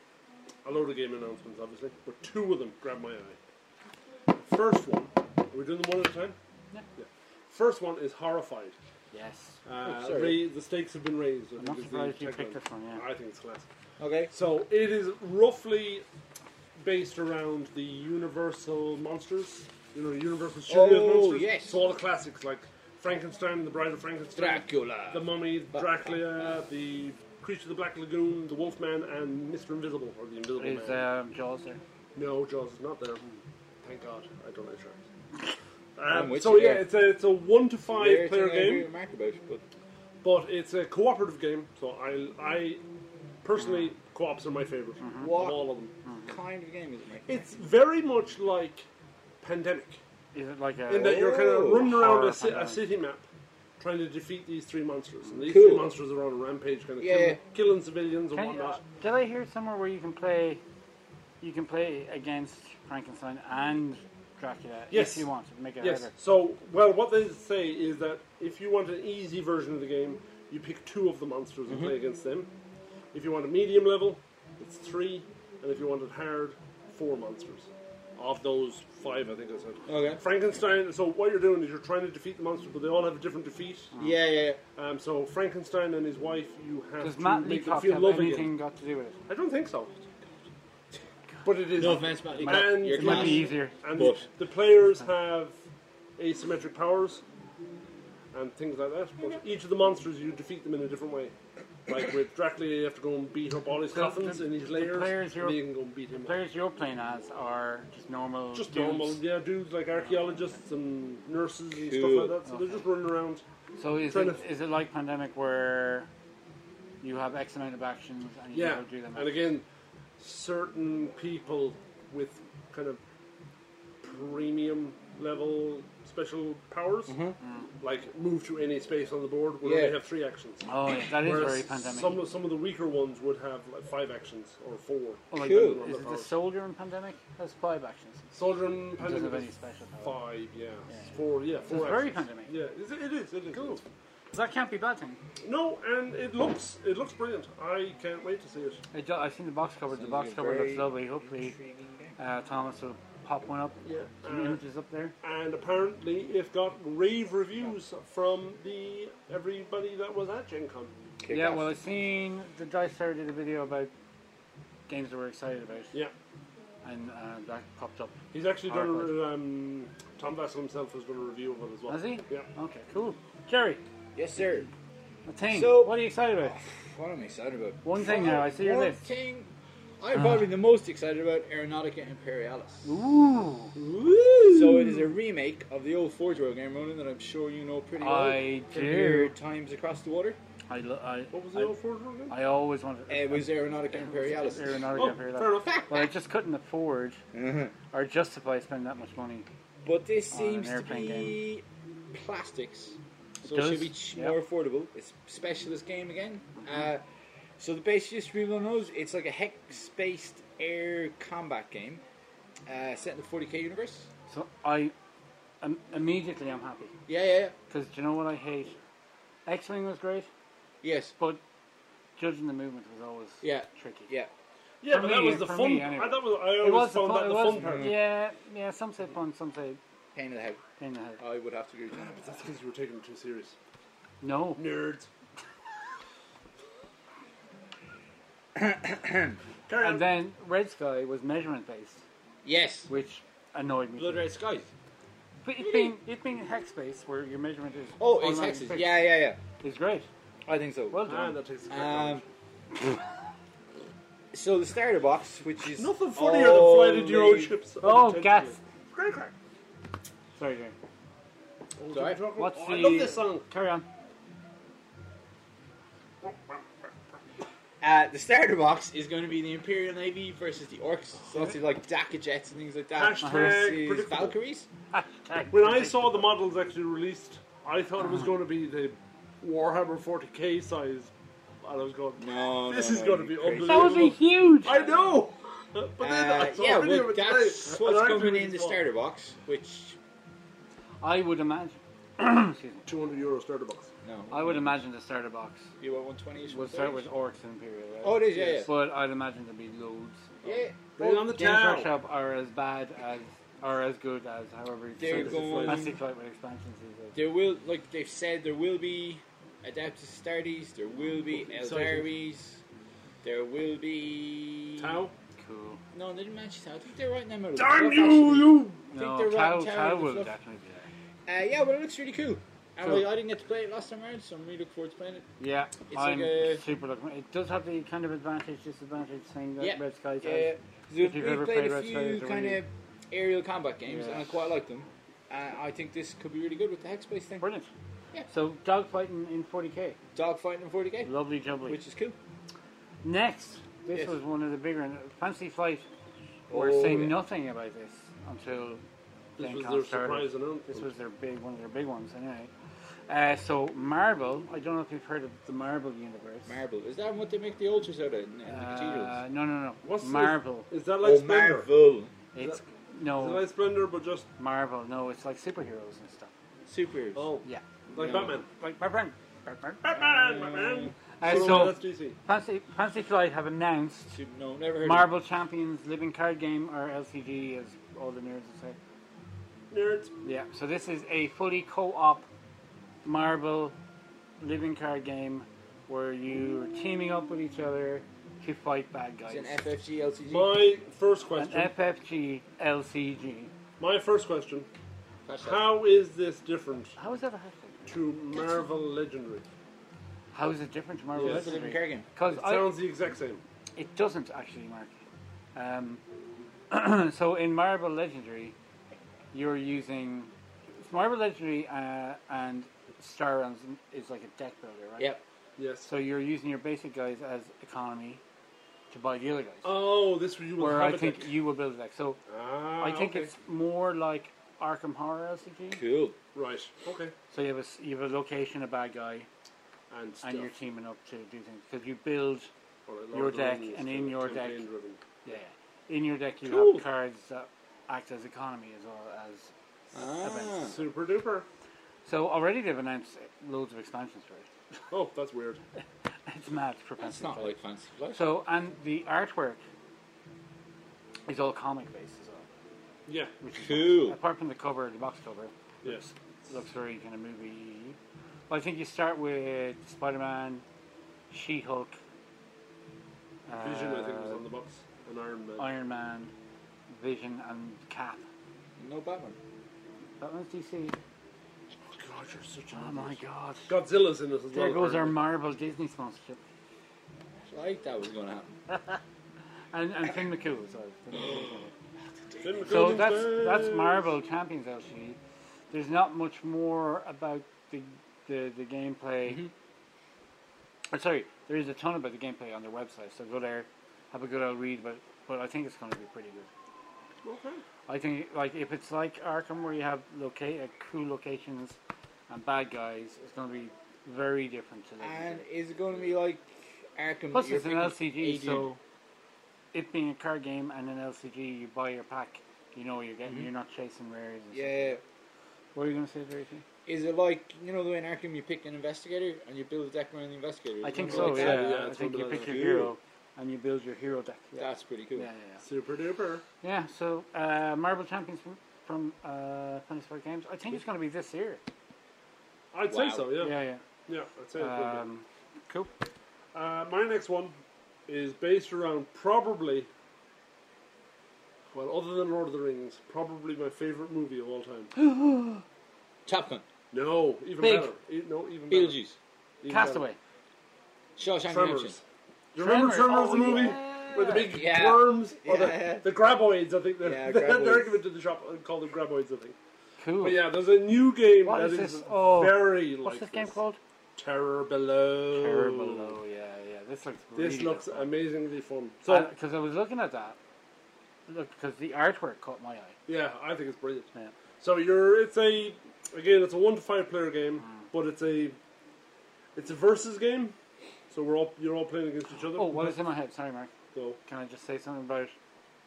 Speaker 3: a load of game announcements, obviously, but two of them grabbed my eye. First one, are we doing them one at a time?
Speaker 1: Yeah.
Speaker 3: First one is horrified.
Speaker 1: Yes.
Speaker 3: Uh,
Speaker 2: Oh, sorry.
Speaker 3: ra- the stakes have been raised. I
Speaker 1: not
Speaker 3: think is the
Speaker 1: surprised you
Speaker 3: tagline.
Speaker 1: picked this one, yeah.
Speaker 3: I think it's classic.
Speaker 2: okay.
Speaker 3: So it is roughly based around the Universal monsters, you know, Universal Studios
Speaker 2: Oh,
Speaker 3: monsters.
Speaker 2: yes.
Speaker 3: So all the classics like Frankenstein, The Bride of Frankenstein,
Speaker 2: Dracula.
Speaker 3: The Mummy, Dracula, the Creature of the Black Lagoon, the Wolfman, and Mr. Invisible or the Invisible
Speaker 1: Is
Speaker 3: Man.
Speaker 1: um, Jaws there?
Speaker 3: No, Jaws is not there. Hmm, Thank God, I don't like sharks.
Speaker 2: I'm
Speaker 3: Um,
Speaker 2: with
Speaker 3: so
Speaker 2: you
Speaker 3: yeah,
Speaker 2: there.
Speaker 3: it's a it's a one to five
Speaker 2: Rare
Speaker 3: player
Speaker 2: thing I agree
Speaker 3: game.
Speaker 2: with Mark about, but
Speaker 3: But it's a cooperative game, so I, I personally, co-ops are my favorite of
Speaker 2: What?
Speaker 3: all of them.
Speaker 2: kind of game is it, Mark?
Speaker 3: It's very much like Pandemic,
Speaker 1: Is it like a
Speaker 3: in that you're kind of
Speaker 2: Oh.
Speaker 3: running around
Speaker 1: Horror
Speaker 3: a, ci- a
Speaker 1: Pandemic.
Speaker 3: city map, trying to defeat these three monsters, and these
Speaker 2: Cool.
Speaker 3: three monsters are on a rampage, kind of
Speaker 2: Yeah,
Speaker 3: killing,
Speaker 2: yeah.
Speaker 3: killing civilians and
Speaker 1: Can you, uh,
Speaker 3: whatnot.
Speaker 1: did I hear somewhere where you can play, you can play against Frankenstein and Dracula
Speaker 3: Yes.
Speaker 1: if you want to make it
Speaker 3: Yes.
Speaker 1: harder?
Speaker 3: So, well, what they say is that if you want an easy version of the game, you pick two of the monsters
Speaker 1: Mm-hmm.
Speaker 3: and play against them. If you want a medium level, it's three, and if you want it hard, four monsters. Of those five, I think I said.
Speaker 2: Okay.
Speaker 3: Frankenstein. So what you're doing is you're trying to defeat the monster, but they all have a different defeat.
Speaker 2: Yeah, yeah, yeah.
Speaker 3: Um, so Frankenstein and his wife, you have
Speaker 1: Does
Speaker 3: to
Speaker 1: Matt
Speaker 3: make them
Speaker 1: Leacock
Speaker 3: feel
Speaker 1: have
Speaker 3: love
Speaker 1: anything
Speaker 3: again.
Speaker 1: got to do with it?
Speaker 3: I don't think so. But it is.
Speaker 2: No offense, Matt.
Speaker 3: And-
Speaker 2: You're
Speaker 1: It might
Speaker 2: class.
Speaker 1: be easier.
Speaker 3: And
Speaker 2: But-
Speaker 3: the players have asymmetric powers and things like that. But each of the monsters, you defeat them in a different way. Like with Dracula, you have to go and beat up all his
Speaker 1: The-
Speaker 3: coffins
Speaker 1: the-
Speaker 3: in his
Speaker 1: the
Speaker 3: layers,
Speaker 1: players
Speaker 3: and
Speaker 1: you're-
Speaker 3: then you can go and beat him. up.
Speaker 1: Players you're playing as are just normal.
Speaker 3: Just
Speaker 1: dudes.
Speaker 3: normal, yeah, dudes like archaeologists and nurses and stuff
Speaker 2: Cool.
Speaker 3: like that. So they're just running around.
Speaker 1: So is
Speaker 3: Trying
Speaker 1: it,
Speaker 3: to-
Speaker 1: is it like Pandemic where you have X amount of actions and you
Speaker 3: Yeah,
Speaker 1: don't do them?
Speaker 3: and again, certain people with kind of premium level special powers,
Speaker 1: Mm.
Speaker 3: like move to any space on the board, will
Speaker 2: Yeah.
Speaker 3: only have three actions.
Speaker 1: Oh, yeah, that is
Speaker 3: Whereas
Speaker 1: very pandemic.
Speaker 3: Some of, some of the weaker ones would have like five actions or four.
Speaker 1: oh, like,
Speaker 2: Cool.
Speaker 1: Is it the soldier in pandemic? That's five actions.
Speaker 3: Soldier and
Speaker 1: It doesn't have any
Speaker 3: Pandemic is
Speaker 1: special power.
Speaker 3: five, yeah, It's four, yeah, four.
Speaker 1: it's very
Speaker 3: actions.
Speaker 1: Pandemic.
Speaker 3: Yeah, it's, it is. It is. Cool.
Speaker 1: That can't be a bad thing.
Speaker 3: No, and it looks it looks brilliant. I can't wait to see it.
Speaker 1: I do, I've seen the box cover. The
Speaker 2: Sounds
Speaker 1: box
Speaker 2: like a
Speaker 1: cover
Speaker 2: very
Speaker 1: looks lovely. Hopefully,
Speaker 2: Intriguing game.
Speaker 1: uh, Thomas will pop one up.
Speaker 3: Yeah.
Speaker 1: Some images up there.
Speaker 3: and apparently it got rave reviews from the everybody that was at Gen Con.
Speaker 2: Kick
Speaker 1: yeah,
Speaker 2: off.
Speaker 1: well, I've seen the Dice Tower did a video about games that we're excited about,
Speaker 3: Yeah,
Speaker 1: and uh, that popped up.
Speaker 3: he's actually done.
Speaker 1: Alright,
Speaker 3: A, um, Tom Vassell himself has done a review of it as well.
Speaker 1: Has he?
Speaker 3: Yeah.
Speaker 1: Okay, cool. Jerry,
Speaker 2: yes, sir.
Speaker 1: a thing.
Speaker 2: So-
Speaker 1: what are you excited about?
Speaker 2: What am I excited about?
Speaker 1: One thing now, I see Uh-huh. your
Speaker 2: One
Speaker 1: list.
Speaker 2: thing I'm probably the most excited about Aeronautica Imperialis.
Speaker 1: Ooh,
Speaker 2: So it is a remake of the old Forge World game, Ronan, that I'm sure you know pretty well.
Speaker 1: I
Speaker 2: from
Speaker 1: do.
Speaker 2: your times across the water.
Speaker 1: I, lo- I,
Speaker 3: What was the old Ford one again?
Speaker 1: I, I always wanted.
Speaker 2: It was Aeronautica Imperialis.
Speaker 1: Aeronautica
Speaker 3: Oh, Mm-hmm.
Speaker 1: Imperialis.
Speaker 3: fair enough.
Speaker 1: Well, I just couldn't afford or justify spending that much money.
Speaker 2: But this
Speaker 1: On an
Speaker 2: seems to
Speaker 1: airplane
Speaker 2: be plastics, so it
Speaker 1: does,
Speaker 2: should be ch-
Speaker 1: yeah.
Speaker 2: more affordable. It's a specialist game again. Uh, so the basic just everyone knows it's like a hex-based air combat game uh, set in the 40k universe.
Speaker 1: So I, um, immediately I'm happy
Speaker 2: Yeah, yeah, yeah.
Speaker 1: because do you know what I hate? X-wing was great,
Speaker 2: yes,
Speaker 1: but judging the movement was always
Speaker 2: Yeah.
Speaker 1: tricky.
Speaker 2: yeah.
Speaker 3: Yeah,
Speaker 1: For
Speaker 3: but that
Speaker 1: me-
Speaker 3: was the
Speaker 1: for
Speaker 3: fun.
Speaker 1: me, anyway.
Speaker 3: I, that was, I always
Speaker 1: It was the
Speaker 3: found
Speaker 1: fun.
Speaker 3: that
Speaker 1: It
Speaker 3: the
Speaker 1: was
Speaker 3: fun part.
Speaker 1: Yeah, yeah. Some say fun, some say
Speaker 2: Pain in the head.
Speaker 1: pain in the head.
Speaker 2: I would have to agree with that.
Speaker 3: That's because you were taking it too serious.
Speaker 1: No,
Speaker 3: Nerds. Carry on.
Speaker 1: and then Red Sky was measurement based,
Speaker 2: Yes.
Speaker 1: which annoyed me.
Speaker 2: Blood Red Skies.
Speaker 1: But it being it being hex based, where your measurement is
Speaker 2: Oh, it's
Speaker 1: online
Speaker 2: hexes.
Speaker 1: fixed,
Speaker 2: Yeah, yeah, yeah.
Speaker 1: is great.
Speaker 2: I think so.
Speaker 1: Well
Speaker 3: and
Speaker 1: done.
Speaker 3: that takes Ah, the crack
Speaker 2: Um,
Speaker 3: out.
Speaker 2: so the starter box, which is
Speaker 3: Nothing funnier than flying into your own
Speaker 2: only-
Speaker 3: ships.
Speaker 1: oh,
Speaker 3: unintentionally.
Speaker 1: gas.
Speaker 3: Crack, crack.
Speaker 1: Sorry, Jerry.
Speaker 3: Oh,
Speaker 2: Sorry.
Speaker 3: did we talk about-
Speaker 1: What's
Speaker 3: oh,
Speaker 1: the?
Speaker 3: I love this song.
Speaker 1: Carry on.
Speaker 2: Uh, the starter box is going to be the Imperial Navy versus the Orcs. So it's like Daka jets and things like that.
Speaker 3: Hashtag
Speaker 2: versus
Speaker 3: predictable.
Speaker 2: Valkyries.
Speaker 3: When I saw the models actually released, I thought it was
Speaker 2: Uh-huh.
Speaker 3: going to be the Warhammer 40k size, and I was going,
Speaker 2: No,
Speaker 3: "This
Speaker 2: no,
Speaker 3: is
Speaker 2: no,
Speaker 3: going to
Speaker 2: you
Speaker 3: be
Speaker 2: crazy.
Speaker 3: unbelievable."
Speaker 1: That would be huge.
Speaker 3: I know. But then
Speaker 2: Uh,
Speaker 3: I saw
Speaker 2: yeah,
Speaker 3: a video
Speaker 2: well,
Speaker 3: of it
Speaker 2: that's what's
Speaker 3: today, and I
Speaker 2: coming
Speaker 3: actually
Speaker 2: in the
Speaker 3: thought,
Speaker 2: starter box, which
Speaker 1: I would imagine. excuse me.
Speaker 3: 200 euro starter box.
Speaker 2: no,
Speaker 1: I would imagine the starter box
Speaker 2: you want one twenty ish.
Speaker 1: would start with orcs and imperial. Right?
Speaker 2: Oh, it is, yeah, yeah.
Speaker 1: But I'd imagine there'd be loads.
Speaker 2: yeah.
Speaker 3: Bring on the
Speaker 1: Games
Speaker 3: town.
Speaker 1: Workshop are as bad as are as good as however.
Speaker 2: They're
Speaker 1: Fantasy
Speaker 2: going-
Speaker 1: Fantasy Flight with expansions. Is
Speaker 2: There will, like they've said, there will be Adeptus Astartes. There will be
Speaker 1: Oh,
Speaker 3: Exciting.
Speaker 2: Eldaris. There will be
Speaker 3: Town.
Speaker 1: uh, cool.
Speaker 2: No, they didn't mention Tau. I think they're writing them out. of the
Speaker 3: Damn
Speaker 2: box,
Speaker 3: you,
Speaker 2: actually.
Speaker 3: you!
Speaker 2: I think
Speaker 1: No,
Speaker 2: they're
Speaker 1: Tau,
Speaker 2: writing Tau
Speaker 1: Tau
Speaker 2: and
Speaker 1: will
Speaker 2: stuff.
Speaker 1: definitely be
Speaker 2: Uh, yeah, but it looks really cool. And
Speaker 1: Cool.
Speaker 2: like, I didn't get to play it last time around, so I'm really looking forward to playing it.
Speaker 1: there. Yeah,
Speaker 2: It's
Speaker 1: I'm
Speaker 2: like a-
Speaker 1: super looking. It does have the kind of advantage disadvantage thing that
Speaker 2: Yeah.
Speaker 1: Red Skies
Speaker 2: Yeah,
Speaker 1: has.
Speaker 2: yeah.
Speaker 1: If
Speaker 2: we
Speaker 1: you've ever
Speaker 2: played
Speaker 1: played
Speaker 2: a
Speaker 1: Red
Speaker 2: few
Speaker 1: Sky,
Speaker 2: kind
Speaker 1: really-
Speaker 2: of aerial combat games,
Speaker 1: Yeah.
Speaker 2: and I quite like them. Uh, I think this could be really good with the hex space thing.
Speaker 1: Brilliant.
Speaker 2: Yeah.
Speaker 1: So dogfighting in 40k,
Speaker 2: Dogfighting in 40k,
Speaker 1: lovely jubbly.
Speaker 2: which is cool.
Speaker 1: Next, this
Speaker 2: Yes.
Speaker 1: was one of the bigger. Fancy Flight were
Speaker 2: Oh,
Speaker 1: saying
Speaker 2: yeah.
Speaker 1: nothing about this until
Speaker 3: This
Speaker 1: Gen
Speaker 3: was
Speaker 1: Con
Speaker 3: their
Speaker 1: started.
Speaker 3: surprise announcement.
Speaker 1: This was their big one of their big ones, anyway. Uh, so Marvel, I don't know if you've heard of the Marvel universe.
Speaker 2: Marble. Is that what they make the altars out of in, in the cathedrals?
Speaker 1: Uh, Oh, no, no, no.
Speaker 3: What's this?
Speaker 1: Marvel.
Speaker 3: Is that like Splendor?
Speaker 1: It's
Speaker 3: Is it
Speaker 1: no
Speaker 3: like Splendor, but just
Speaker 1: Marvel. No, it's like superheroes and stuff.
Speaker 2: Superheroes.
Speaker 3: oh,
Speaker 1: Yeah,
Speaker 3: like
Speaker 2: No.
Speaker 3: Batman?
Speaker 1: like Batman. Batman.
Speaker 3: Batman, Batman.
Speaker 1: Uh,
Speaker 3: So,
Speaker 1: so-
Speaker 3: that's DC.
Speaker 1: Fancy Fancy Flight have announced
Speaker 2: Super, no, never heard of
Speaker 1: Marvel Champions Living Card Game or LCG, as all the nerds would say.
Speaker 3: Nerds.
Speaker 1: Yeah, so this is a fully co-op marble living card game where you are teaming up with each other to fight bad guys.
Speaker 2: it. It's an FFG LCG.
Speaker 3: My first
Speaker 1: An
Speaker 3: question.
Speaker 1: FFG LCG.
Speaker 3: my first question.
Speaker 2: Flash out.
Speaker 3: How is this different
Speaker 1: How is that a happening?
Speaker 3: to Marvel Legendary?
Speaker 1: How is it different from Marvel
Speaker 3: Yeah,
Speaker 2: That's a living
Speaker 1: Legends?
Speaker 2: card
Speaker 1: Because
Speaker 2: game.
Speaker 3: It sounds the exact same.
Speaker 1: it doesn't actually, Mark. Um, so in Marvel Legendary, you're using Marvel Legendary uh, and Star Realms is like a deck builder, right?
Speaker 2: Yep.
Speaker 3: Yes.
Speaker 1: So you're using your basic guys as economy to buy the other guys.
Speaker 3: oh, this you will
Speaker 1: where
Speaker 3: have
Speaker 1: I
Speaker 3: it
Speaker 1: think
Speaker 3: like-
Speaker 1: you will build a deck. So
Speaker 3: Ah,
Speaker 1: I think
Speaker 3: okay.
Speaker 1: it's more like Arkham Horror LCG.
Speaker 2: Cool.
Speaker 3: Right. Okay.
Speaker 1: So you have a s- you have a location, a bad guy,
Speaker 3: And stuff.
Speaker 1: and you're teaming up to do things because you build.
Speaker 3: All right, Lord
Speaker 1: your
Speaker 3: of the
Speaker 1: deck
Speaker 3: Rings,
Speaker 1: and in
Speaker 3: kind of
Speaker 1: your deck.
Speaker 3: campaign-driven.
Speaker 1: Yeah. In your deck, you
Speaker 3: Cool.
Speaker 1: have cards that act as economy as well as
Speaker 2: Ah.
Speaker 3: Super duper.
Speaker 1: So already they've announced loads of expansions for it.
Speaker 3: Oh, that's weird.
Speaker 1: It's mad. for
Speaker 2: That's
Speaker 1: Fantasy
Speaker 2: not
Speaker 1: Flight.
Speaker 2: like Fantasy Flight.
Speaker 1: So and the artwork is all comic based as well.
Speaker 3: Yeah.
Speaker 2: cool.
Speaker 1: Apart from the cover, the box cover
Speaker 3: Yes.
Speaker 1: looks very kind of movie. Well, I think you start with Spider Man, She Hulk,
Speaker 3: Vision, I think, was on the box. And Iron Man.
Speaker 1: Iron Man, Vision, and Cap.
Speaker 2: No Batman.
Speaker 1: That one's DC.
Speaker 3: Oh, God, you're such
Speaker 1: Oh
Speaker 3: a.
Speaker 1: my God!
Speaker 3: Godzilla's in this as
Speaker 1: There
Speaker 3: well.
Speaker 1: goes our
Speaker 3: apparently.
Speaker 1: Marvel Disney sponsorship.
Speaker 2: I thought that was going to happen.
Speaker 1: And and Finn McCool. as well.
Speaker 3: Finn
Speaker 1: So
Speaker 3: McCool's
Speaker 1: that's
Speaker 3: back.
Speaker 1: that's Marvel Champions LCG. There's not much more about the the, the gameplay.
Speaker 3: Mm-hmm.
Speaker 1: Oh, sorry, there is a ton about the gameplay on their website. So go there, have a good old read. But but I think it's going to be pretty good.
Speaker 3: Okay.
Speaker 1: I think like if it's like Arkham where you have locate uh, cool locations and bad guys, it's going to be very different to
Speaker 2: And
Speaker 1: Legendary.
Speaker 2: is it going to be like Arkham?
Speaker 1: Plus,
Speaker 2: you're
Speaker 1: it's an
Speaker 2: picking
Speaker 1: LCG,
Speaker 2: agent?
Speaker 1: so it being a card game and an LCG, you buy your pack. You know what you're
Speaker 3: Mm-hmm.
Speaker 1: getting. You're not chasing rares. And stuff.
Speaker 2: yeah.
Speaker 1: What are you going to say, Tracy?
Speaker 2: Is it like you know the way in Arkham you pick an investigator and you build a deck around the investigator?
Speaker 1: I
Speaker 2: Is it
Speaker 1: think
Speaker 2: gonna
Speaker 1: so.
Speaker 2: be
Speaker 1: Yeah,
Speaker 2: like that?
Speaker 3: yeah,
Speaker 1: I
Speaker 3: it's
Speaker 1: think
Speaker 3: one
Speaker 1: you
Speaker 3: of
Speaker 1: pick
Speaker 3: those.
Speaker 1: your
Speaker 2: Yeah.
Speaker 1: hero and you build your hero deck. Yeah.
Speaker 2: That's pretty cool.
Speaker 1: yeah, yeah,
Speaker 3: Super duper.
Speaker 1: yeah. Yeah, So uh, Marvel Champions from, from uh, Fantasy Flight Games. I think it's going to be this year.
Speaker 3: I'd
Speaker 2: Wow.
Speaker 3: say so, yeah. Yeah,
Speaker 1: Yeah,
Speaker 3: I'd say it would be.
Speaker 1: yeah. Um, cool.
Speaker 3: Uh, my next one is based around probably, well, other than Lord of the Rings, probably my favorite movie of all time.
Speaker 2: Top Gun,
Speaker 3: no, even
Speaker 1: Big.
Speaker 3: better. E- no, even better.
Speaker 2: Beetlejuice,
Speaker 3: Even
Speaker 1: Castaway.
Speaker 3: Oh,
Speaker 2: Shawshank
Speaker 3: Better.
Speaker 2: Redemption.
Speaker 3: Tremors. You remember Tremors,
Speaker 1: Tremors,
Speaker 3: the
Speaker 1: oh,
Speaker 3: movie
Speaker 1: yeah.
Speaker 3: with the big
Speaker 2: Yeah.
Speaker 3: worms or
Speaker 2: Yeah.
Speaker 3: the, the graboids? I think they're,
Speaker 2: Yeah,
Speaker 3: they're,
Speaker 2: graboids.
Speaker 3: they're given to the shop and called them graboids. I think.
Speaker 1: Cool.
Speaker 3: But yeah, there's a new game
Speaker 1: What
Speaker 3: that
Speaker 1: is
Speaker 3: is
Speaker 1: this? Oh,
Speaker 3: very
Speaker 1: What's
Speaker 3: like
Speaker 1: this game called?
Speaker 3: Terror Below.
Speaker 1: Terrible. Yeah, yeah. This looks.
Speaker 3: This
Speaker 1: really
Speaker 3: looks
Speaker 1: good.
Speaker 3: amazingly fun. So
Speaker 1: because I was looking at that, look, because the artwork caught my eye.
Speaker 3: yeah, I think it's brilliant.
Speaker 1: Yeah.
Speaker 3: So you're it's a again it's a one to five player
Speaker 1: Mm.
Speaker 3: game, but it's a it's a versus game. So we're all you're all playing against each other.
Speaker 1: Oh, what is in my head? Sorry, Mark.
Speaker 3: So
Speaker 1: Can I just say something about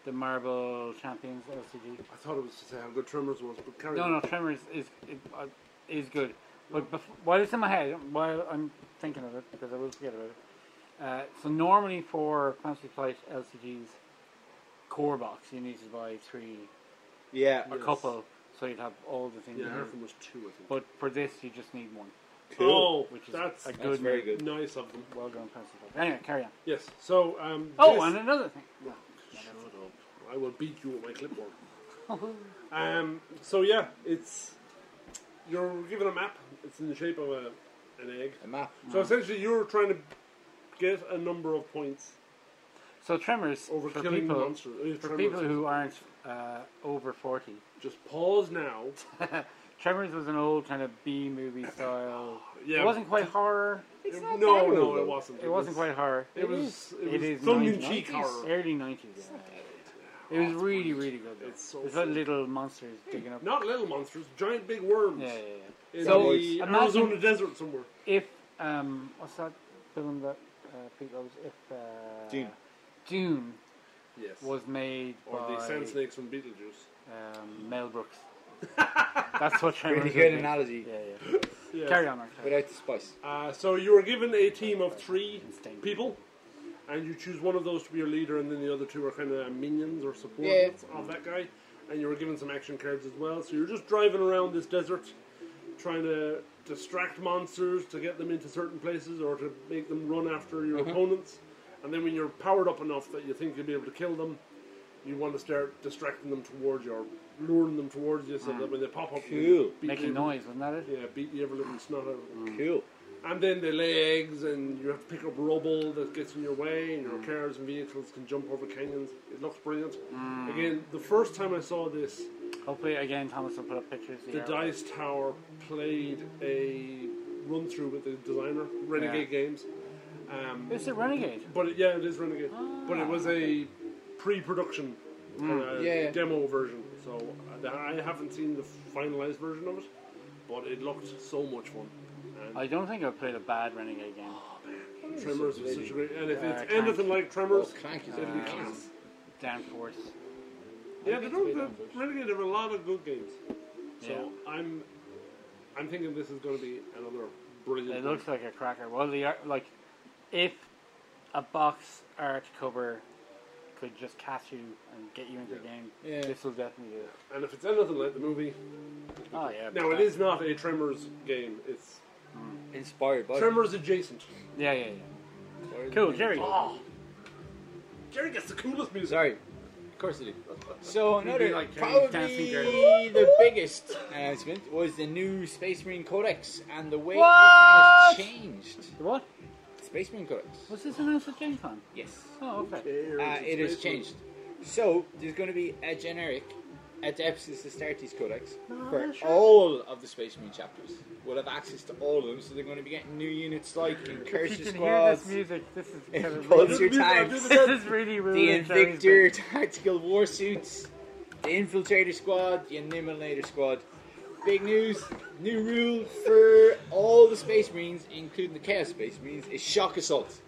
Speaker 1: the Marble Champions LCG?
Speaker 3: I thought it was to say how good Tremors was, but carry
Speaker 1: No,
Speaker 3: on.
Speaker 1: no, Tremors is is, uh, is good. But bef- while it's in my head, while I'm thinking of it, because I will forget about it. Uh, so normally for Fantasy Flight LCG's core box, you need to buy three,
Speaker 2: Yeah.
Speaker 1: a couple, so you'd have all the things.
Speaker 3: Yeah,
Speaker 1: you need.
Speaker 3: Harfin was two, I think.
Speaker 1: But for this, you just need one,
Speaker 3: Mm. Oh,
Speaker 1: which is
Speaker 3: that's
Speaker 1: a good,
Speaker 2: That's very good.
Speaker 3: nice of them.
Speaker 1: well done Fantasy Flight. Anyway, carry on.
Speaker 3: Yes. So um.
Speaker 1: Oh,
Speaker 3: this-
Speaker 1: and another thing.
Speaker 3: Shut up. I will beat you with my clipboard. um, so yeah, it's you're given a map. It's in the shape of a, an egg.
Speaker 2: A map.
Speaker 3: So essentially, you're trying to get a number of points
Speaker 1: So Tremors
Speaker 3: over
Speaker 1: for
Speaker 3: killing
Speaker 1: people
Speaker 3: monsters. Uh,
Speaker 1: for
Speaker 3: Tremors.
Speaker 1: people who aren't uh, over forty.
Speaker 3: just pause now.
Speaker 1: Tremors was an old kind of B movie style.
Speaker 3: Yeah.
Speaker 1: It wasn't quite horror.
Speaker 2: It's
Speaker 3: It-
Speaker 2: not
Speaker 3: no,
Speaker 2: bad,
Speaker 3: no,
Speaker 2: though.
Speaker 3: it wasn't.
Speaker 1: It wasn't quite horror.
Speaker 3: It was. It was
Speaker 1: is
Speaker 3: tongue in cheek
Speaker 1: 90s.
Speaker 3: horror. Oh,
Speaker 1: Early nineties. It was really, really good. Though.
Speaker 3: It's so
Speaker 1: it was like
Speaker 3: fun.
Speaker 1: little monsters digging up.
Speaker 3: Not little monsters, giant big worms
Speaker 1: Yeah, yeah,
Speaker 3: in
Speaker 1: yeah. So
Speaker 3: the
Speaker 1: imagine
Speaker 3: Arizona desert somewhere.
Speaker 1: if um, what's that film that uh, Pete loves? If uh,
Speaker 2: Dune.
Speaker 1: Dune
Speaker 3: Yes.
Speaker 1: was made
Speaker 3: or
Speaker 1: by
Speaker 3: the sand snakes from Beetlejuice.
Speaker 1: um, Mel Brooks. That's what Tremors.
Speaker 2: Pretty
Speaker 1: would
Speaker 2: good
Speaker 1: be.
Speaker 2: analogy.
Speaker 1: Yeah, yeah.
Speaker 3: Yes.
Speaker 1: Carry on, Mark.
Speaker 2: Without the spice.
Speaker 3: Uh, so you are given a team of three
Speaker 1: Instinct.
Speaker 3: people, and you choose one of those to be your leader, and then the other two are kind of minions or support of that guy. And you were given some action cards as well. So you're just driving around this desert, trying to distract monsters to get them into certain places or to make them run after your opponents. And then when you're powered up enough that you think you'll be able to kill them, you want to start distracting them towards you or luring them towards you so that when they pop up,
Speaker 2: Cool.
Speaker 3: you beat
Speaker 1: Making
Speaker 3: the-
Speaker 1: noise, wasn't that it?
Speaker 3: Yeah, beat the ever living snot out of them.
Speaker 2: Cool.
Speaker 3: And then they lay eggs, and you have to pick up rubble that gets in your way, and your cars and vehicles can jump over canyons. It looks brilliant. Again, the first time I saw this,
Speaker 1: Hopefully, again, Thomas will put up pictures.
Speaker 3: the
Speaker 1: here.
Speaker 3: Dice Tower played a run through with the designer, Renegade Games. Um,
Speaker 1: It's a renegade.
Speaker 3: but it, yeah, it is Renegade. But it was a pre production
Speaker 2: Yeah.
Speaker 3: uh, demo version. So uh, I haven't seen the finalized version of it, but it looked so much fun. And
Speaker 1: I don't think I've played a bad Renegade game.
Speaker 3: Tremors is such a great, and if
Speaker 1: Yeah,
Speaker 3: it's
Speaker 1: Clank.
Speaker 3: anything like
Speaker 2: Oh,
Speaker 3: Tremors,
Speaker 2: Clank is
Speaker 3: it'll be
Speaker 2: uh,
Speaker 3: class.
Speaker 1: Downforce.
Speaker 3: Yeah, they
Speaker 2: it's
Speaker 3: don't.
Speaker 2: way
Speaker 3: the
Speaker 2: down first.
Speaker 3: Renegade have a lot of good games. So
Speaker 1: Yeah.
Speaker 3: I'm, I'm thinking this is going to be another brilliant.
Speaker 1: It
Speaker 3: one.
Speaker 1: looks like a cracker. Well, the art, like, if a box art cover could just catch you and get you into the game,
Speaker 2: Yeah.
Speaker 1: this will definitely do it.
Speaker 3: and if it's anything like the movie,
Speaker 1: Oh yeah.
Speaker 3: now it
Speaker 1: but-
Speaker 3: is not a Tremors game. It's
Speaker 2: inspired by.
Speaker 3: Tremors adjacent.
Speaker 1: Yeah, yeah,
Speaker 2: Inspired
Speaker 1: yeah.
Speaker 2: by-
Speaker 1: Cool, Jerry.
Speaker 3: Oh, Jerry gets the coolest music.
Speaker 2: Sorry. Of course it did. So another,
Speaker 1: like Chinese
Speaker 2: probably
Speaker 1: dancing girl.
Speaker 2: the biggest uh, announcement was the new Space Marine Codex and the way
Speaker 1: What?
Speaker 2: it has changed.
Speaker 1: What?
Speaker 2: Space Marine Codex.
Speaker 1: Was this announced at Gen Con?
Speaker 2: Yes.
Speaker 1: Oh, okay.
Speaker 2: Uh, it has changed. So there's going to be a generic Adeptus Astartes Codex for all of the Space Marine chapters. We'll have access to all of them, so they're going to be getting new units like
Speaker 1: If
Speaker 2: Incursion
Speaker 1: you can hear
Speaker 2: Squads,
Speaker 1: this music, this is kind of
Speaker 2: Impulse
Speaker 1: really,
Speaker 2: Your Tanks,
Speaker 1: this is really
Speaker 2: the
Speaker 1: ruining Jerry's
Speaker 2: Invictor Tactical Warsuits, the Infiltrator Squad, the Annihilator Squad. Big news, new rule for all the Space Marines, including the Chaos Space Marines, is Shock Assault.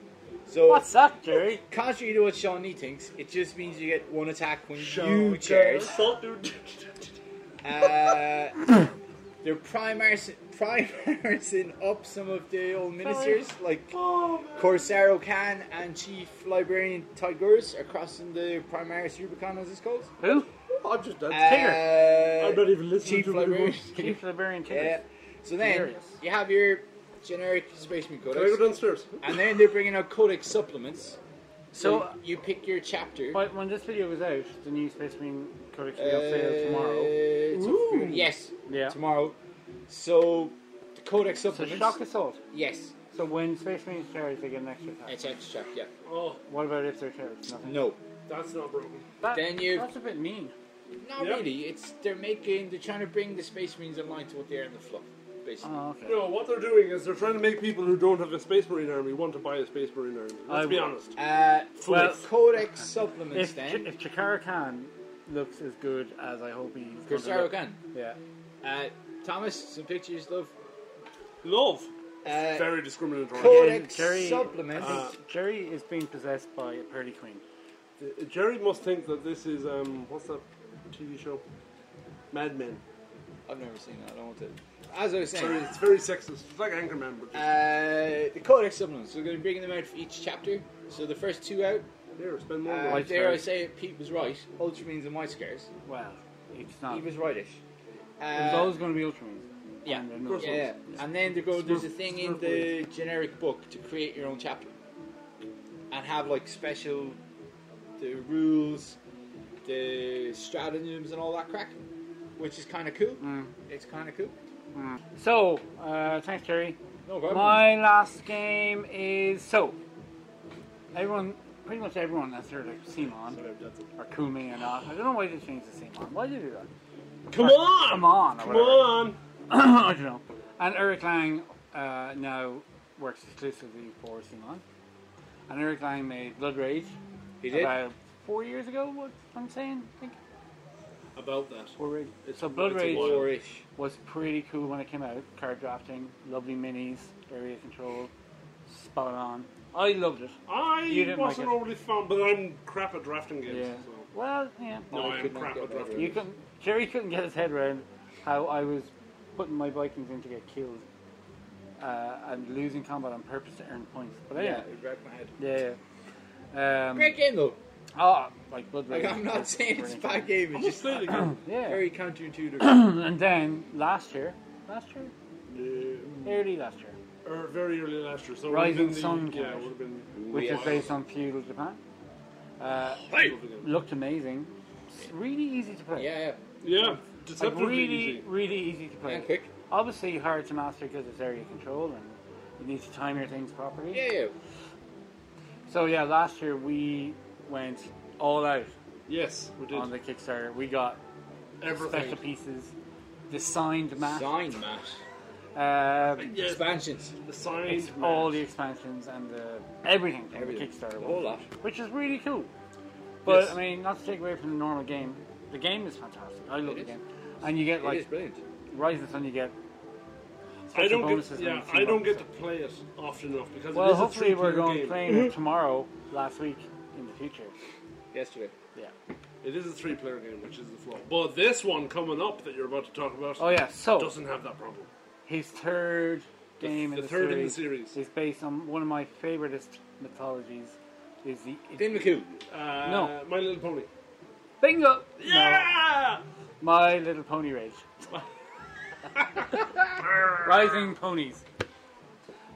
Speaker 2: So,
Speaker 1: What's that, Jerry?
Speaker 2: contrary to what Sean Nee thinks, it just means you get one attack when you
Speaker 3: Shoot,
Speaker 2: charge.
Speaker 3: Salt, dude.
Speaker 2: Uh, they're primaris- primarising up some of the old ministers, like Corsaro Khan and Chief Librarian Tigers are crossing the Primaris Rubicon, as it's called.
Speaker 1: Who?
Speaker 3: I'm just
Speaker 2: Uh,
Speaker 3: dancing. I'm not even listening
Speaker 2: Chief
Speaker 3: to what he
Speaker 2: Librarian.
Speaker 1: Chief Liberian
Speaker 2: yeah. So then
Speaker 1: Hilarious.
Speaker 2: you have your generic Space Marine
Speaker 3: Can I go
Speaker 2: Codex,
Speaker 3: downstairs?
Speaker 2: and then they're bringing out Codex supplements.
Speaker 1: So,
Speaker 2: So,
Speaker 1: Uh,
Speaker 2: you pick your chapter.
Speaker 1: but when this video was out, the new Space Marine Codex will be on
Speaker 2: Uh,
Speaker 1: sale tomorrow.
Speaker 2: it's
Speaker 3: Ooh.
Speaker 2: a- Yes,
Speaker 1: Yeah.
Speaker 2: tomorrow. So the Codex
Speaker 1: So
Speaker 2: supplements.
Speaker 1: shock assault.
Speaker 2: Yes,
Speaker 1: So when Space Marines charge, they get an extra attack.
Speaker 2: it's extra chapter. Yeah.
Speaker 3: Oh,
Speaker 1: What about if they're charged? Nothing.
Speaker 2: No,
Speaker 3: that's not broken.
Speaker 1: That-
Speaker 2: Then you-
Speaker 1: That's a bit mean.
Speaker 2: not
Speaker 3: Yep.
Speaker 2: really. It's they're making they're trying to bring the Space Marines in line to what they are in the fluff, basically.
Speaker 3: Uh,
Speaker 1: Oh, okay.
Speaker 3: No, what they're doing is they're trying to make people who don't have a Space Marine army want to buy a Space Marine army. Let's
Speaker 1: I
Speaker 3: be
Speaker 1: would.
Speaker 3: honest.
Speaker 2: Uh,
Speaker 1: Well-
Speaker 2: well, Codex supplements
Speaker 1: If Ch-
Speaker 2: then.
Speaker 1: if Chikara Khan looks as good as I hope he's going to
Speaker 2: Corsaro
Speaker 1: look,
Speaker 2: Khan.
Speaker 1: yeah.
Speaker 2: Uh, Thomas, some pictures, love.
Speaker 3: Love.
Speaker 2: Uh,
Speaker 3: Very discriminatory.
Speaker 2: Cool. Codex
Speaker 1: Again, Jerry,
Speaker 2: supplements.
Speaker 1: I think Jerry is being possessed by a Purdy Queen.
Speaker 3: Uh, Jerry must think that this is, um, what's that TV show? Mad Men.
Speaker 2: I've never seen that. I don't want to. As I was
Speaker 3: Very,
Speaker 2: saying,
Speaker 3: it's very sexist. It's like Anchorman, but just
Speaker 2: uh, the Codex supplements. We're going to be bringing them out for each chapter. So the first two out.
Speaker 3: here, spend more
Speaker 2: Uh,
Speaker 3: money.
Speaker 1: White
Speaker 2: dare I
Speaker 1: Scares.
Speaker 2: say it? Pete was right. Ultramarines and White Scares.
Speaker 1: Well, it's not.
Speaker 2: He
Speaker 1: It's
Speaker 2: was rightish.
Speaker 1: always going to be Ultramarines.
Speaker 2: yeah,
Speaker 1: And they're
Speaker 3: course
Speaker 1: not.
Speaker 3: it
Speaker 2: Yeah, and then they go. There's a
Speaker 3: Smurf-
Speaker 2: thing in
Speaker 3: Smurf
Speaker 2: the generic book to create your own chapter, and have like special, the rules, the stratagems, and all that crack, which is kind of cool. It's kind of cool.
Speaker 1: So, uh, thanks, Jerry.
Speaker 2: No problem.
Speaker 1: My last game is so. Everyone, pretty much everyone that's heard of Simon or Kumi or not. I don't know why they changed the Simon. Why did you do that?
Speaker 3: Come on!
Speaker 1: Come on! or
Speaker 3: Come
Speaker 1: whatever.
Speaker 3: on!
Speaker 1: I don't know. And Eric Lang uh, now works exclusively for Simon. And Eric Lang made Blood Rage
Speaker 2: He did.
Speaker 1: about four years ago. What I'm saying, I think
Speaker 3: About that.
Speaker 1: four Rage. So Blood
Speaker 3: it's a
Speaker 1: Rage
Speaker 3: wild-
Speaker 2: Four-ish.
Speaker 1: was pretty cool when it came out. Card drafting, lovely minis, area control, spot on. I loved it. You
Speaker 3: I
Speaker 1: didn't like
Speaker 3: wasn't
Speaker 1: it.
Speaker 3: overly fun, but I'm crap at drafting games.
Speaker 1: Yeah.
Speaker 3: So.
Speaker 1: Well, yeah.
Speaker 3: No,
Speaker 2: I
Speaker 3: I am
Speaker 2: could not
Speaker 3: crap
Speaker 2: get
Speaker 3: at
Speaker 2: that
Speaker 3: drafting
Speaker 2: right.
Speaker 1: You couldn't. Jerry couldn't get his head around how I was putting my Vikings in to get killed uh, and losing combat on purpose to earn points. But
Speaker 2: Yeah,
Speaker 1: anyway,
Speaker 2: it wrecked my head.
Speaker 1: yeah. yeah. Um,
Speaker 2: Great game though.
Speaker 1: Oh, like Blood
Speaker 2: Like
Speaker 1: Rage
Speaker 2: I'm not
Speaker 1: was
Speaker 2: saying it's a
Speaker 1: brilliant.
Speaker 2: bad game.
Speaker 3: I
Speaker 2: It's
Speaker 3: must
Speaker 2: just
Speaker 3: play it again.
Speaker 1: Yeah.
Speaker 2: very counterintuitive.
Speaker 1: And then last year, last year,
Speaker 3: Uh,
Speaker 1: early last year,
Speaker 3: or very early last year. So it would have
Speaker 1: Rising
Speaker 3: been the-
Speaker 1: Sun
Speaker 3: Yeah,
Speaker 1: Clash.
Speaker 3: it would have been.
Speaker 1: which is
Speaker 2: Yeah.
Speaker 1: based on feudal Japan, uh,
Speaker 2: Hey!
Speaker 1: looked amazing. It's really easy to play.
Speaker 2: Yeah, yeah.
Speaker 3: Yeah,
Speaker 1: Like
Speaker 3: deceptively
Speaker 1: really,
Speaker 3: easy.
Speaker 1: really easy to play.
Speaker 2: And quick.
Speaker 1: Obviously hard to master because it's area control and you need to time your things properly.
Speaker 2: Yeah, yeah.
Speaker 1: So yeah, last year we went all out
Speaker 3: Yes, we did
Speaker 1: on the Kickstarter. We got special
Speaker 3: everything.
Speaker 1: pieces, the signed map,
Speaker 2: Sign, Matt.
Speaker 1: um,
Speaker 3: Yes,
Speaker 2: Expansions.
Speaker 3: the signs,
Speaker 1: ex- all the expansions and the, everything from
Speaker 2: Everything.
Speaker 1: the Kickstarter,
Speaker 2: The whole
Speaker 1: one,
Speaker 2: lot.
Speaker 1: which is really cool. But
Speaker 3: Yes.
Speaker 1: I mean, not to take away from the normal game, The game is fantastic. I love
Speaker 2: It
Speaker 1: the
Speaker 2: is.
Speaker 1: game. And you get
Speaker 2: It is
Speaker 1: like
Speaker 2: brilliant.
Speaker 1: Rise of the Sun, you get.
Speaker 3: I
Speaker 1: special
Speaker 3: don't
Speaker 1: bonuses
Speaker 3: get,
Speaker 1: when you
Speaker 3: yeah,
Speaker 1: see
Speaker 3: I
Speaker 1: one,
Speaker 3: don't get
Speaker 1: so-
Speaker 3: to play it often enough because it
Speaker 1: Well,
Speaker 3: is
Speaker 1: hopefully
Speaker 3: a
Speaker 1: we're
Speaker 3: three-player
Speaker 1: going
Speaker 3: game.
Speaker 1: playing it tomorrow, last week, in the future.
Speaker 2: Yesterday.
Speaker 1: Yeah.
Speaker 3: It is a three-player game, which is the flaw. But this one coming up that you're about to talk about
Speaker 1: Oh yeah. So
Speaker 3: doesn't have that problem.
Speaker 1: his third game
Speaker 3: the
Speaker 1: in the
Speaker 3: third in the
Speaker 1: series
Speaker 3: series.
Speaker 1: is based on one of my favoritist mythologies. Is the
Speaker 2: Tim McCool.
Speaker 3: Uh,
Speaker 1: No.
Speaker 3: My Little Pony.
Speaker 1: bingo? No.
Speaker 3: Yeah.
Speaker 1: My Little Pony Rage. Rising Ponies.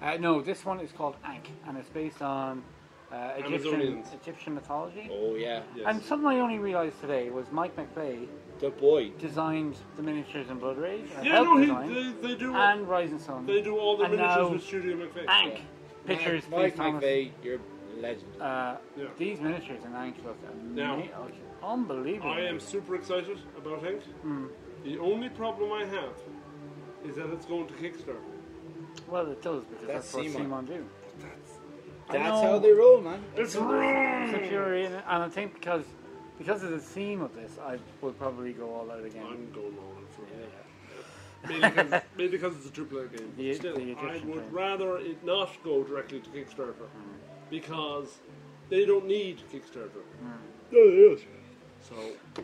Speaker 1: Uh, no, this one is called Ankh, and it's based on uh, Egyptian,
Speaker 3: Amazonians.
Speaker 1: Egyptian mythology.
Speaker 2: Oh yeah.
Speaker 3: Yes.
Speaker 1: And something I only realised today was Mike McVeigh
Speaker 2: The boy.
Speaker 1: designed the miniatures in Blood Rage. and
Speaker 3: yeah,
Speaker 1: helped
Speaker 3: no,
Speaker 1: design,
Speaker 3: he, they, they do.
Speaker 1: and Rising Sun.
Speaker 3: they do all the
Speaker 1: and
Speaker 3: miniatures
Speaker 1: now-
Speaker 3: with Studio McFay.
Speaker 1: Ankh. Pictures,
Speaker 2: Mike
Speaker 1: please, Thomas.
Speaker 2: McVeigh, you're a legend.
Speaker 1: Uh,
Speaker 3: Yeah.
Speaker 1: These miniatures in Ankh look
Speaker 3: Now-
Speaker 1: amazing. unbelievable.
Speaker 3: I am super excited about Hank.
Speaker 1: Hmm.
Speaker 3: The only problem I have is that it's going to Kickstarter.
Speaker 1: Well, it does because
Speaker 2: That's
Speaker 1: that's, what
Speaker 2: Simon.
Speaker 1: Simon do.
Speaker 2: That's
Speaker 1: know.
Speaker 2: how they roll, man.
Speaker 3: It's wrong.
Speaker 1: So if you're in, and I think because because of the theme of this, I would probably go all out again.
Speaker 3: I'm going all in for it. Mainly because- Mainly because it's a two-player game.
Speaker 1: The-
Speaker 3: Still,
Speaker 1: the
Speaker 3: I
Speaker 1: Egyptian
Speaker 3: would
Speaker 1: game. Hmm.
Speaker 3: rather it not go directly to Kickstarter because they don't need Kickstarter.
Speaker 1: Hmm.
Speaker 3: Oh, So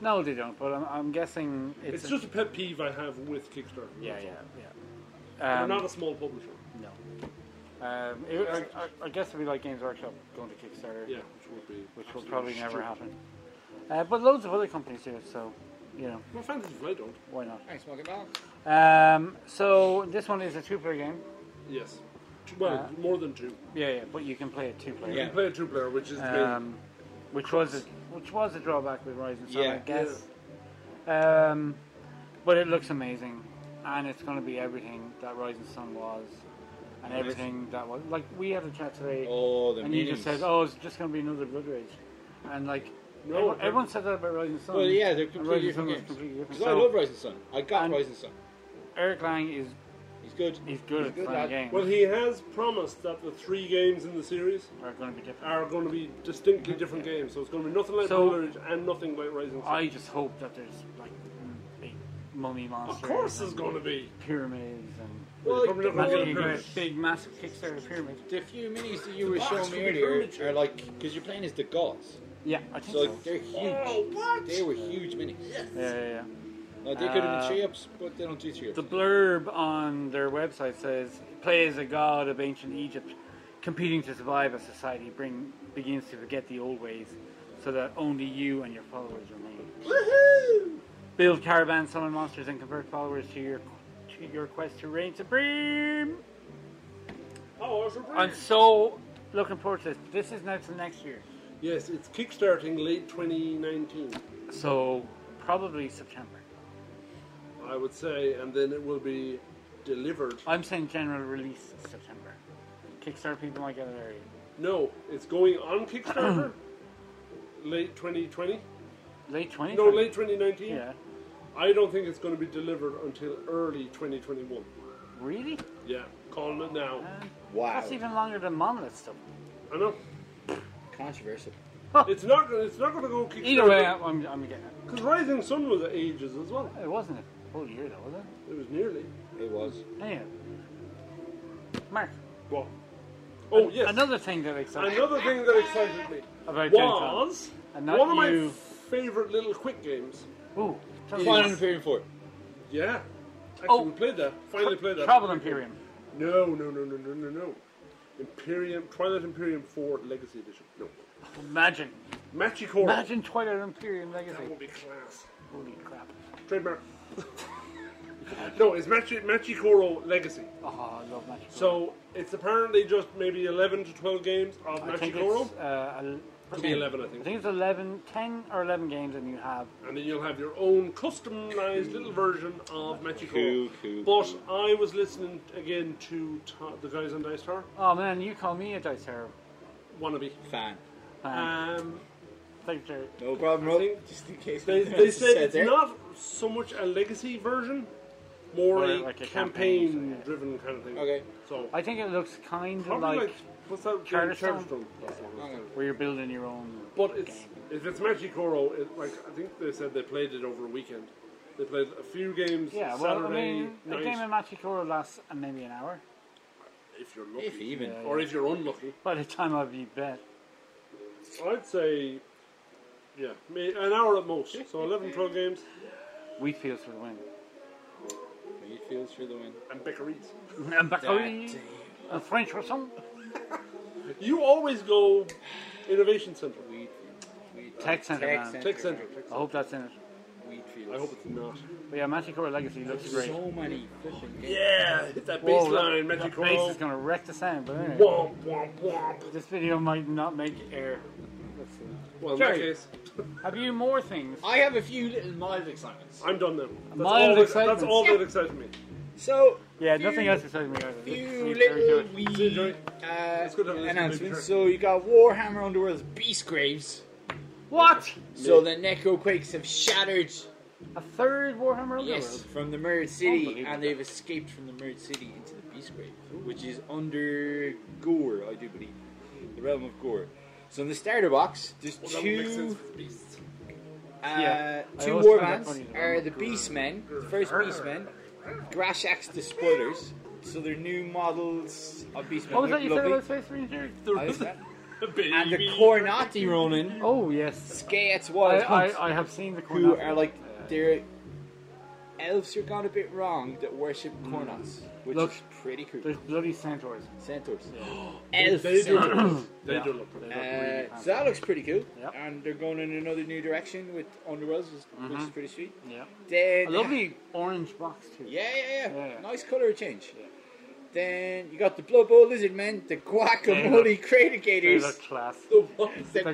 Speaker 1: No, they don't. But I'm, I'm guessing it's,
Speaker 3: it's,
Speaker 1: a-
Speaker 3: just a pet peeve I have with Kickstarter.
Speaker 1: yeah,
Speaker 3: That's
Speaker 1: yeah,
Speaker 3: all.
Speaker 1: yeah.
Speaker 3: They're
Speaker 1: Um,
Speaker 3: not a small publisher.
Speaker 1: no. Um, it, I, I, I guess it'd be like Games Workshop going to Kickstarter,
Speaker 3: Yeah, which would be
Speaker 1: which will
Speaker 3: absolutely
Speaker 1: probably never
Speaker 3: stupid.
Speaker 1: happen. Uh, but loads of other companies do it, so you know
Speaker 3: Well, Fantasy Flight don't.
Speaker 1: why not.
Speaker 2: Thanks, Monkey Ball.
Speaker 1: Um, so this one is a two-player game.
Speaker 3: Yes. Two- Well,
Speaker 1: Uh,
Speaker 3: more than two.
Speaker 1: Yeah, yeah, but you can play it two-player.
Speaker 2: Yeah.
Speaker 3: You play a two-player, which is the main-
Speaker 1: um, which was a, which was a drawback with Rising Sun,
Speaker 2: Yeah.
Speaker 1: I guess. Um, but it looks amazing, and it's going to be everything that Rising Sun was, and everything that was like we had a chat today,
Speaker 2: Oh, the
Speaker 1: and you just
Speaker 2: meanings.
Speaker 1: said, "Oh, it's just going to be another Blood Rage," and like
Speaker 3: No,
Speaker 1: everyone,
Speaker 3: they're-
Speaker 1: everyone said that about Rising Sun.
Speaker 2: Well, yeah, they're
Speaker 1: and
Speaker 2: completely
Speaker 1: Rising Sun
Speaker 2: different
Speaker 1: was
Speaker 2: games.
Speaker 1: completely different.
Speaker 2: Because I
Speaker 1: So
Speaker 2: love Rising Sun. I got
Speaker 1: And-
Speaker 2: Rising Sun.
Speaker 1: Eric Lang is
Speaker 2: He's good.
Speaker 1: is good
Speaker 2: He's
Speaker 1: at
Speaker 2: good
Speaker 1: playing
Speaker 2: at-
Speaker 1: games.
Speaker 3: Well, he has promised that the three games in the series
Speaker 1: are going to be different.
Speaker 3: are going to be distinctly different games. So it's going to be nothing like
Speaker 1: So-
Speaker 3: Blue Ridge and nothing like Rising Sun.
Speaker 1: I just hope that there's like m- big mummy monsters.
Speaker 3: of course,
Speaker 1: and
Speaker 3: it's going to be.
Speaker 1: pyramids and.
Speaker 2: Well,
Speaker 3: probably not
Speaker 2: the-
Speaker 3: gonna
Speaker 1: Imagine
Speaker 3: get
Speaker 1: you
Speaker 3: a
Speaker 1: got a
Speaker 3: pyramid.
Speaker 1: big, massive Kickstarter pyramid.
Speaker 2: the few minis that you were
Speaker 3: box
Speaker 2: showing
Speaker 3: with
Speaker 2: me
Speaker 3: the
Speaker 2: earlier
Speaker 3: furniture.
Speaker 2: are like because you're playing as the gods,
Speaker 1: Yeah, I think
Speaker 2: so
Speaker 1: so.
Speaker 2: like they're huge.
Speaker 3: what?
Speaker 2: They were huge minis.
Speaker 1: Yeah, yeah, yeah.
Speaker 2: Now, they could have
Speaker 1: Uh,
Speaker 2: been three ups, but they don't do three ups.
Speaker 1: The blurb on their website says, "Play as a god of ancient Egypt, competing to survive as society bring begins to forget the old ways, so that only you and your followers remain. Build caravans, summon monsters, and convert followers to your to your quest to reign supreme."
Speaker 3: Oh,
Speaker 1: I'm so looking forward to this. This is now till next year,
Speaker 3: Yes, it's kickstarting late 2019,
Speaker 1: so probably September.
Speaker 3: I would say, and then it will be delivered.
Speaker 1: I'm saying general release September. Kickstarter people might get it early.
Speaker 3: No, it's going on Kickstarter late 2020.
Speaker 1: Late 20?
Speaker 3: No, late 2019.
Speaker 1: Yeah.
Speaker 3: I don't think it's going to be delivered until early 2021.
Speaker 1: Really?
Speaker 3: Yeah, calling it now.
Speaker 1: Um,
Speaker 2: wow,
Speaker 1: That's even longer than Monolith stuff.
Speaker 3: I know
Speaker 2: controversial.
Speaker 3: it's not. gonna- It's not going to go Kickstarter.
Speaker 1: Either way, I'm, I'm, I'm getting it.
Speaker 3: because Rising Sun was ages as well.
Speaker 1: It wasn't a full year though, was it?
Speaker 3: It was nearly.
Speaker 2: It was.
Speaker 1: Anyway. Mark.
Speaker 3: What? Oh yes.
Speaker 1: Another thing that excites
Speaker 3: Another thing that excited me
Speaker 1: about Gen
Speaker 3: was
Speaker 1: And not
Speaker 3: one of
Speaker 1: you.
Speaker 3: my favorite little quick games.
Speaker 1: Con. Ooh. Trouble-
Speaker 2: Final Imperium Four.
Speaker 3: Yeah. Actually,
Speaker 1: Oh.
Speaker 3: we played that. Finally played that.
Speaker 1: Trouble Imperium.
Speaker 3: No, no, no, no, no, no, no. Imperium, Twilight Imperium 4 Legacy Edition. No.
Speaker 1: Imagine.
Speaker 3: Machikoro.
Speaker 1: Imagine Twilight Imperium Legacy.
Speaker 3: That would be class.
Speaker 1: Holy crap.
Speaker 3: Trademark. no, it's Machi, Machikoro Legacy.
Speaker 1: Oh, I love Magic.
Speaker 3: So it's apparently just maybe 11 to 12 games of
Speaker 1: I think
Speaker 3: Machikoro.
Speaker 1: it's, uh, el-
Speaker 3: Could be
Speaker 1: 10.
Speaker 3: 11, I think.
Speaker 1: I think it's 11, 10 or 11 games and you have
Speaker 3: And then you'll have your own customized little version of Machikoro.
Speaker 2: Cool, cool,
Speaker 3: but I was listening again to Ta- the guys on Dice Tower,
Speaker 1: Oh man, you call me a dice terror.
Speaker 3: Wannabe.
Speaker 2: Fan.
Speaker 1: fan.
Speaker 3: Um,
Speaker 1: Thank you.
Speaker 2: No problem,
Speaker 3: I
Speaker 2: Rob.
Speaker 3: think-
Speaker 2: Just in case.
Speaker 3: they
Speaker 2: anyone
Speaker 3: they
Speaker 2: else
Speaker 3: said
Speaker 2: said
Speaker 3: it's
Speaker 2: there.
Speaker 3: not so much a legacy version, more
Speaker 1: Or
Speaker 3: a,
Speaker 1: like a campaign, so, yeah.
Speaker 3: campaign-driven kind of thing.
Speaker 2: Okay.
Speaker 3: So
Speaker 1: I think it looks kind of
Speaker 3: probably
Speaker 1: like,
Speaker 3: like, what's that? game?
Speaker 1: Charterstone?
Speaker 3: Charterstone. That's what it was.
Speaker 2: Okay.
Speaker 1: where you're building your own.
Speaker 3: But it's If it's Magicoro, it, like I think they said they played it over a weekend. They played a few games
Speaker 1: Yeah, well,
Speaker 3: Saturday
Speaker 1: I mean,
Speaker 3: night,
Speaker 1: a game of Machikoro lasts uh, maybe an hour.
Speaker 3: if you're lucky,
Speaker 2: If even.
Speaker 1: Yeah.
Speaker 3: or if you're unlucky.
Speaker 1: By the time I'll be bet.
Speaker 3: I'd say, yeah, may- an hour at most. So 11, 12 games
Speaker 1: Wheatfields for the win.
Speaker 2: He feels for the win.
Speaker 3: and Beckeries.
Speaker 1: And
Speaker 2: That,
Speaker 1: Bacoli, and French croissant.
Speaker 3: You always go Innovation Centre.
Speaker 2: Wheat, wheat,
Speaker 1: Tech Centre, man.
Speaker 3: Tech Centre.
Speaker 1: I hope that's in it.
Speaker 2: Wheat
Speaker 3: I hope it's not.
Speaker 1: But yeah, Machikoro Legacy looks great.
Speaker 2: So many flipping games.
Speaker 3: Yeah, hit that
Speaker 1: Whoa,
Speaker 3: baseline,
Speaker 1: that, that bass is
Speaker 3: Magicoro.
Speaker 1: going to wreck the sound, but anyway.
Speaker 3: Womp, womp, womp.
Speaker 1: This video might not make air. Let's see.
Speaker 3: Well, in
Speaker 2: Jerry.
Speaker 3: that case,
Speaker 1: Have you more things?
Speaker 2: I have a few little mild excitements.
Speaker 3: I'm done now. That's
Speaker 1: Mild
Speaker 3: all that-
Speaker 1: excitement.
Speaker 3: That's all
Speaker 2: Yeah.
Speaker 3: that excites me.
Speaker 2: So,
Speaker 1: Yeah,
Speaker 2: few-
Speaker 1: nothing else exciting me either. This is
Speaker 2: few
Speaker 1: very
Speaker 2: little
Speaker 1: good.
Speaker 2: wee
Speaker 3: good
Speaker 2: uh,
Speaker 3: to have this big
Speaker 2: announcements.
Speaker 3: track.
Speaker 2: So you got Warhammer Underworld's Beast Graves.
Speaker 1: What?
Speaker 2: So the Necro Quakes have shattered.
Speaker 1: A third Warhammer Underworld?
Speaker 2: Yes, from the Mirrored City,
Speaker 1: Unbelievable.
Speaker 2: and they've escaped from the Mirrored City into the Beast Grave, which is under Gore, I do believe, the realm of Gore. So in the starter box, there's
Speaker 3: Well, that would make sense
Speaker 2: two
Speaker 3: with beasts.
Speaker 2: Uh,
Speaker 1: Yeah, I
Speaker 2: two
Speaker 1: always
Speaker 2: war
Speaker 1: find that
Speaker 2: bands
Speaker 1: funny, the
Speaker 2: are
Speaker 1: Roman
Speaker 2: the Beastmen, the first Beastmen, Grashax the Spoilers. So they're new models of Beastmen.
Speaker 1: What
Speaker 3: Oh,
Speaker 1: was
Speaker 2: Look
Speaker 1: that you said
Speaker 2: lovely.
Speaker 1: about Space Ranger?
Speaker 2: I like that.
Speaker 3: Baby.
Speaker 2: And the Cornati Ronin,
Speaker 1: Oh, yes.
Speaker 2: Skates
Speaker 1: I,
Speaker 2: Wild Hunt,
Speaker 1: I, I have seen the
Speaker 2: who
Speaker 1: Cornetto.
Speaker 2: are like they're elves who gone a bit wrong that worship Cornats, which
Speaker 1: Look,
Speaker 2: is pretty cool.
Speaker 1: There's bloody centaurs.
Speaker 2: Centaurs,
Speaker 3: They
Speaker 2: elf
Speaker 3: do
Speaker 2: centaurs.
Speaker 3: look. They
Speaker 1: Yeah.
Speaker 3: do look. pretty.
Speaker 1: really
Speaker 2: Uh,
Speaker 1: fancy.
Speaker 2: so that looks pretty cool,
Speaker 1: Yep.
Speaker 2: and they're going in another new direction with Underworlds, which looks pretty sweet.
Speaker 1: Yeah.
Speaker 2: Then
Speaker 1: A lovely orange box, too.
Speaker 2: Yeah, yeah, yeah.
Speaker 1: Yeah.
Speaker 2: Nice colour change. Then you got the Blood Bowl Lizard Men, the Guacamole
Speaker 1: They
Speaker 2: Critigators.
Speaker 1: look class.
Speaker 3: The what?
Speaker 2: The,
Speaker 1: The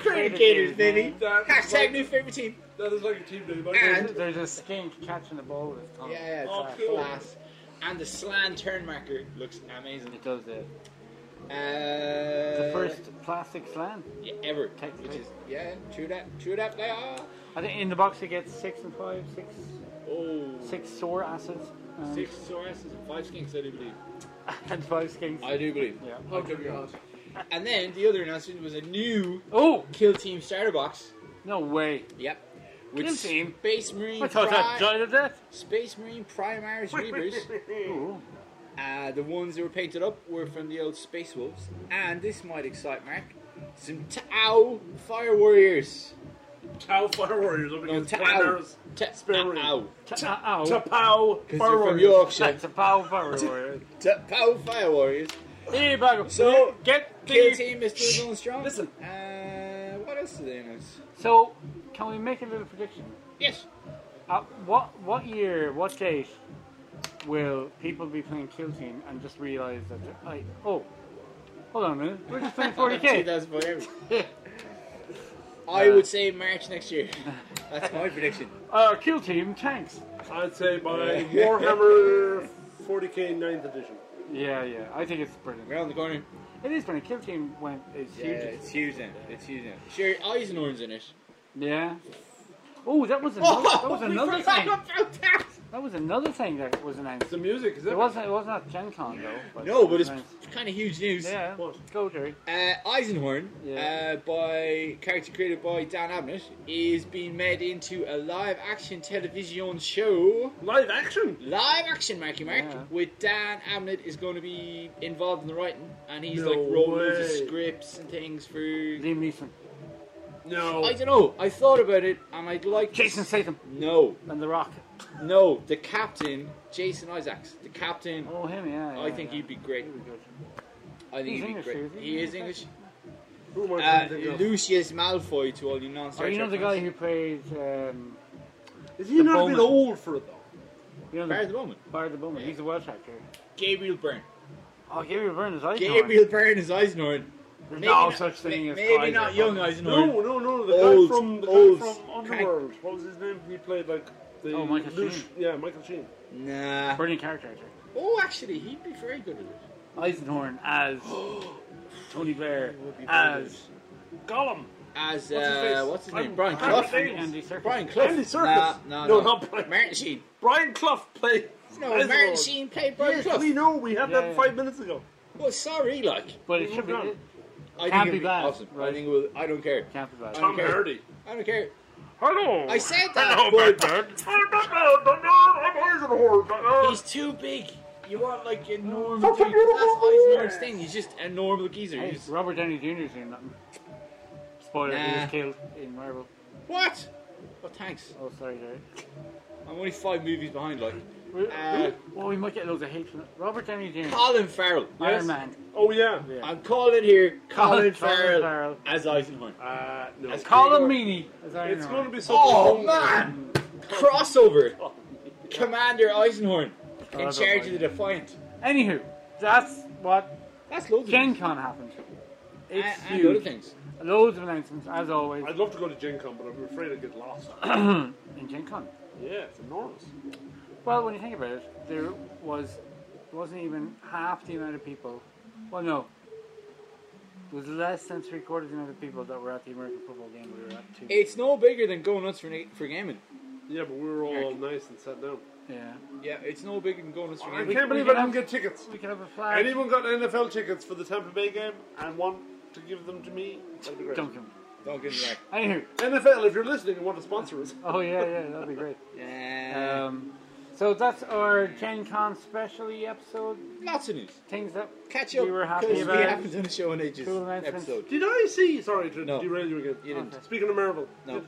Speaker 1: Guacamole
Speaker 2: Critigators,
Speaker 1: Critigators,
Speaker 2: Vinny.
Speaker 3: man.
Speaker 2: Hashtag new favourite team.
Speaker 3: That is like a team name. I
Speaker 2: And-
Speaker 3: guess.
Speaker 1: There's a skink catching the ball with his tongue.
Speaker 2: Yeah, yeah, it's
Speaker 3: Oh,
Speaker 2: a
Speaker 3: cool.
Speaker 2: class. And the Slan Turn Marker looks amazing.
Speaker 1: It does it.
Speaker 2: Uh,
Speaker 1: The first plastic slam.
Speaker 2: yeah, ever.
Speaker 1: Technically.
Speaker 2: Which is, yeah, true that, true that they are.
Speaker 1: I think in the box you get six and five, six,
Speaker 2: Oh, six
Speaker 1: six sore acids, and,
Speaker 2: Sauruses and five Skinks, I do believe.
Speaker 1: and five skinks.
Speaker 2: I do believe.
Speaker 1: Yeah.
Speaker 2: I'll give you that. And then the other announcement was a new
Speaker 1: Oh
Speaker 2: Kill Team starter box.
Speaker 1: no way!
Speaker 2: Yep. With
Speaker 1: Kill team?
Speaker 2: Space Marine,
Speaker 1: I thought that
Speaker 2: Pri-
Speaker 1: died of death.
Speaker 2: Space Marine Primaris Reavers.
Speaker 1: Ooh.
Speaker 2: Uh, the ones that were painted up were from the old Space Wolves. And this might excite Mark. Some Ta'au Fire Warriors.
Speaker 3: Cow Fire Warriors up
Speaker 2: No,
Speaker 3: against
Speaker 2: Ta'au.
Speaker 3: Panthers. Space Marine.
Speaker 2: Ta'au.
Speaker 1: Ta- uh, ow!
Speaker 3: Tapau
Speaker 2: Because
Speaker 3: Fire
Speaker 2: they're from
Speaker 3: Warriors.
Speaker 2: Yorkshire.
Speaker 1: That's a power warrior.
Speaker 2: Ta'au Fire Warriors.
Speaker 1: Here you go.
Speaker 2: So,
Speaker 1: get
Speaker 2: Kill
Speaker 1: the
Speaker 2: Team is still going strong.
Speaker 3: listen.
Speaker 2: Uh, what else did they announce?
Speaker 1: So, can we make a little prediction?
Speaker 2: Yes.
Speaker 1: Uh, what what year, what date will people be playing Kill Team and just realise that they're, like, oh, hold on a minute, we're just playing 40k.
Speaker 2: 2004. I would say March next year. That's my prediction.
Speaker 1: Uh, Kill Team tanks.
Speaker 3: I'd say by Warhammer 40k 9th edition.
Speaker 1: Yeah, yeah, I think it's brilliant.
Speaker 2: Around the corner.
Speaker 1: It is brilliant. Kill Team went is
Speaker 2: Yeah,
Speaker 1: huge.
Speaker 2: it's huge then. It's huge then. Sure, Eisenhorn's in it.
Speaker 1: Yeah. Oh, that was another, that was
Speaker 2: we
Speaker 1: another
Speaker 2: forgot
Speaker 1: thing.
Speaker 2: about that.
Speaker 1: That was another thing that was announced.
Speaker 3: The music is that
Speaker 1: It wasn't. It wasn't at Gen Con though. But
Speaker 2: No,
Speaker 1: it
Speaker 2: but
Speaker 1: was
Speaker 2: it's
Speaker 1: announced.
Speaker 2: kind of huge news.
Speaker 1: yeah.
Speaker 3: What?
Speaker 1: Go Jerry.
Speaker 2: Uh, Eisenhorn,
Speaker 1: Yeah.
Speaker 2: uh, by character created by Dan Abnett, is being made into a live-action television show.
Speaker 3: live action.
Speaker 2: Live action, Marky Mark,
Speaker 1: Yeah.
Speaker 2: with Dan Abnett is going to be involved in the writing, and he's
Speaker 3: No
Speaker 2: like wrote loads
Speaker 3: way.
Speaker 2: of scripts and things for.
Speaker 1: Liam Neeson,
Speaker 2: I
Speaker 3: No.
Speaker 2: don't know. I thought about it, and I'd like
Speaker 1: Jason Statham,
Speaker 2: No,
Speaker 1: and The Rock.
Speaker 2: no, the captain, Jason Isaacs, the captain.
Speaker 1: Oh, him. Yeah. yeah
Speaker 2: I think
Speaker 1: yeah.
Speaker 2: he'd be great.
Speaker 1: He'd be good.
Speaker 2: I think
Speaker 1: He's
Speaker 2: he'd be
Speaker 1: English,
Speaker 2: great.
Speaker 1: is he?
Speaker 2: He is English.
Speaker 3: Who am I
Speaker 2: Uh,
Speaker 3: thinking of?
Speaker 2: Lucius Malfoy to all you non-Star
Speaker 1: Oh, you know the
Speaker 2: Trek
Speaker 1: guy
Speaker 2: fans.
Speaker 1: who plays. Um,
Speaker 3: Is he not a
Speaker 1: Bowman.
Speaker 3: bit old for it though?
Speaker 1: you know
Speaker 2: Barry
Speaker 1: the
Speaker 2: the Bowman.
Speaker 1: Bard the Bowman. He's a Welsh actor.
Speaker 2: Gabriel Byrne.
Speaker 1: Oh, Gabriel Byrne is Eisenhower.
Speaker 2: Gabriel Byrne is Eisenhorn.
Speaker 1: There's
Speaker 2: Maybe
Speaker 1: no
Speaker 2: not-
Speaker 1: such thing
Speaker 2: ma-
Speaker 1: as
Speaker 2: maybe
Speaker 1: Kaiser.
Speaker 2: not young Eisenhorn.
Speaker 3: No, no, no. The
Speaker 2: Old,
Speaker 3: guy from the
Speaker 2: old.
Speaker 3: guy from Underworld. What was his name? He played like the
Speaker 1: Oh, Michael
Speaker 3: Lush-
Speaker 1: Sheen.
Speaker 3: Yeah, Michael Sheen.
Speaker 2: Nah.
Speaker 1: Brilliant character actor.
Speaker 2: Oh, actually, he'd be very good at it.
Speaker 1: Eisenhorn as Tony Blair
Speaker 2: He would be very
Speaker 1: as
Speaker 3: Gollum.
Speaker 2: good. as
Speaker 3: What's his
Speaker 2: uh,
Speaker 3: face?
Speaker 2: what's his
Speaker 3: Brian-
Speaker 2: name? Brian
Speaker 3: Brian
Speaker 2: Clough.
Speaker 3: Clough.
Speaker 1: Andy Serkis.
Speaker 2: Brian Clough.
Speaker 3: Andy Serkis.
Speaker 2: Nah, nah,
Speaker 3: no,
Speaker 2: no.
Speaker 3: not Brian.
Speaker 2: Martin Sheen.
Speaker 3: Brian Clough played.
Speaker 2: No,
Speaker 3: Reservoir.
Speaker 2: Martin Sheen played Brian
Speaker 3: Yes,
Speaker 2: Clough.
Speaker 3: we know. We had
Speaker 1: Yeah,
Speaker 3: that
Speaker 1: yeah.
Speaker 3: five minutes ago.
Speaker 2: Well, sorry, like.
Speaker 1: But
Speaker 3: Who
Speaker 1: it should be.
Speaker 3: moved
Speaker 2: I
Speaker 1: Can't
Speaker 2: think
Speaker 1: be
Speaker 2: it'd be
Speaker 1: bad,
Speaker 2: awesome. I
Speaker 1: right?
Speaker 2: think it will. I don't care.
Speaker 1: Can't be bad.
Speaker 2: Tom
Speaker 3: Tom
Speaker 2: care.
Speaker 3: Hardy.
Speaker 2: I don't care.
Speaker 3: Hello.
Speaker 2: I
Speaker 1: Oh,
Speaker 2: said that, but he's too big. You want like a normal dude. That's Eisenhower's thing. He's just a normal geezer.
Speaker 1: Hey,
Speaker 2: He's-
Speaker 1: Robert Downey Jr.'s in nothing. Spoiler, he
Speaker 2: Nah.
Speaker 1: was killed in Marvel.
Speaker 2: what? Oh, thanks.
Speaker 1: Oh, sorry, Derek.
Speaker 2: I'm only five movies behind. Like
Speaker 1: We-
Speaker 2: Uh,
Speaker 1: well, we might get loads of hate from Robert Downey Jr.
Speaker 2: Colin Farrell.
Speaker 1: Iron Man.
Speaker 3: Oh yeah.
Speaker 1: Yeah.
Speaker 2: I'm calling here Colin,
Speaker 1: Colin
Speaker 2: Farrell,
Speaker 1: Farrell.
Speaker 2: as Eisenhower.
Speaker 3: Uh, no.
Speaker 2: As
Speaker 1: Colin
Speaker 2: Gregor-
Speaker 1: Meany. As Iron
Speaker 3: It's
Speaker 1: Man.
Speaker 3: going to be something.
Speaker 2: Oh man! Crossover. Commander Eisenhorn
Speaker 1: Oh,
Speaker 2: in
Speaker 1: that's
Speaker 2: charge
Speaker 1: alright.
Speaker 2: of the Defiant.
Speaker 1: Anywho, that's what
Speaker 2: That's loads.
Speaker 1: Gen
Speaker 2: of things.
Speaker 1: Con happened. It's
Speaker 2: and, and
Speaker 1: huge.
Speaker 2: other things.
Speaker 1: Loads of announcements, as always,
Speaker 3: I'd love to go to Gen Con, but I'm afraid I'd get lost.
Speaker 1: in Gen Con. Um,
Speaker 3: yeah, it's enormous.
Speaker 1: Well, when you think about it, there was wasn't even half the amount of people. Well, no, there was less than three quarters of the amount of people that were at the American football game we were at too.
Speaker 2: It's no bigger than going nuts for, na- for gaming.
Speaker 3: Yeah, but we were all nice and sat down.
Speaker 1: yeah,
Speaker 2: Yeah, it's no bigger than going nuts for
Speaker 3: I
Speaker 2: gaming.
Speaker 3: can't believe I didn't get tickets.
Speaker 1: we could have a flag.
Speaker 3: Anyone got NFL tickets for the Tampa Bay game and want to give them to me? That'd be great.
Speaker 1: Don't come.
Speaker 2: Don't get me back.
Speaker 1: Anywho,
Speaker 3: NFL, if you're listening and want to sponsor us,
Speaker 1: oh yeah, yeah, that'd be great.
Speaker 2: Yeah.
Speaker 1: Um, so that's our Gen Con specially episode.
Speaker 2: Lots of news.
Speaker 1: Things that
Speaker 2: Catch
Speaker 1: We
Speaker 2: up.
Speaker 1: were happy
Speaker 2: 'cause
Speaker 1: about
Speaker 2: we
Speaker 1: it.
Speaker 2: haven't done a show in ages.
Speaker 1: Cool announcements.
Speaker 2: Episode.
Speaker 3: Did I see? Sorry to
Speaker 2: No.
Speaker 3: derail you again.
Speaker 2: You didn't.
Speaker 1: Okay.
Speaker 3: Speaking of Marvel,
Speaker 2: No.
Speaker 3: did-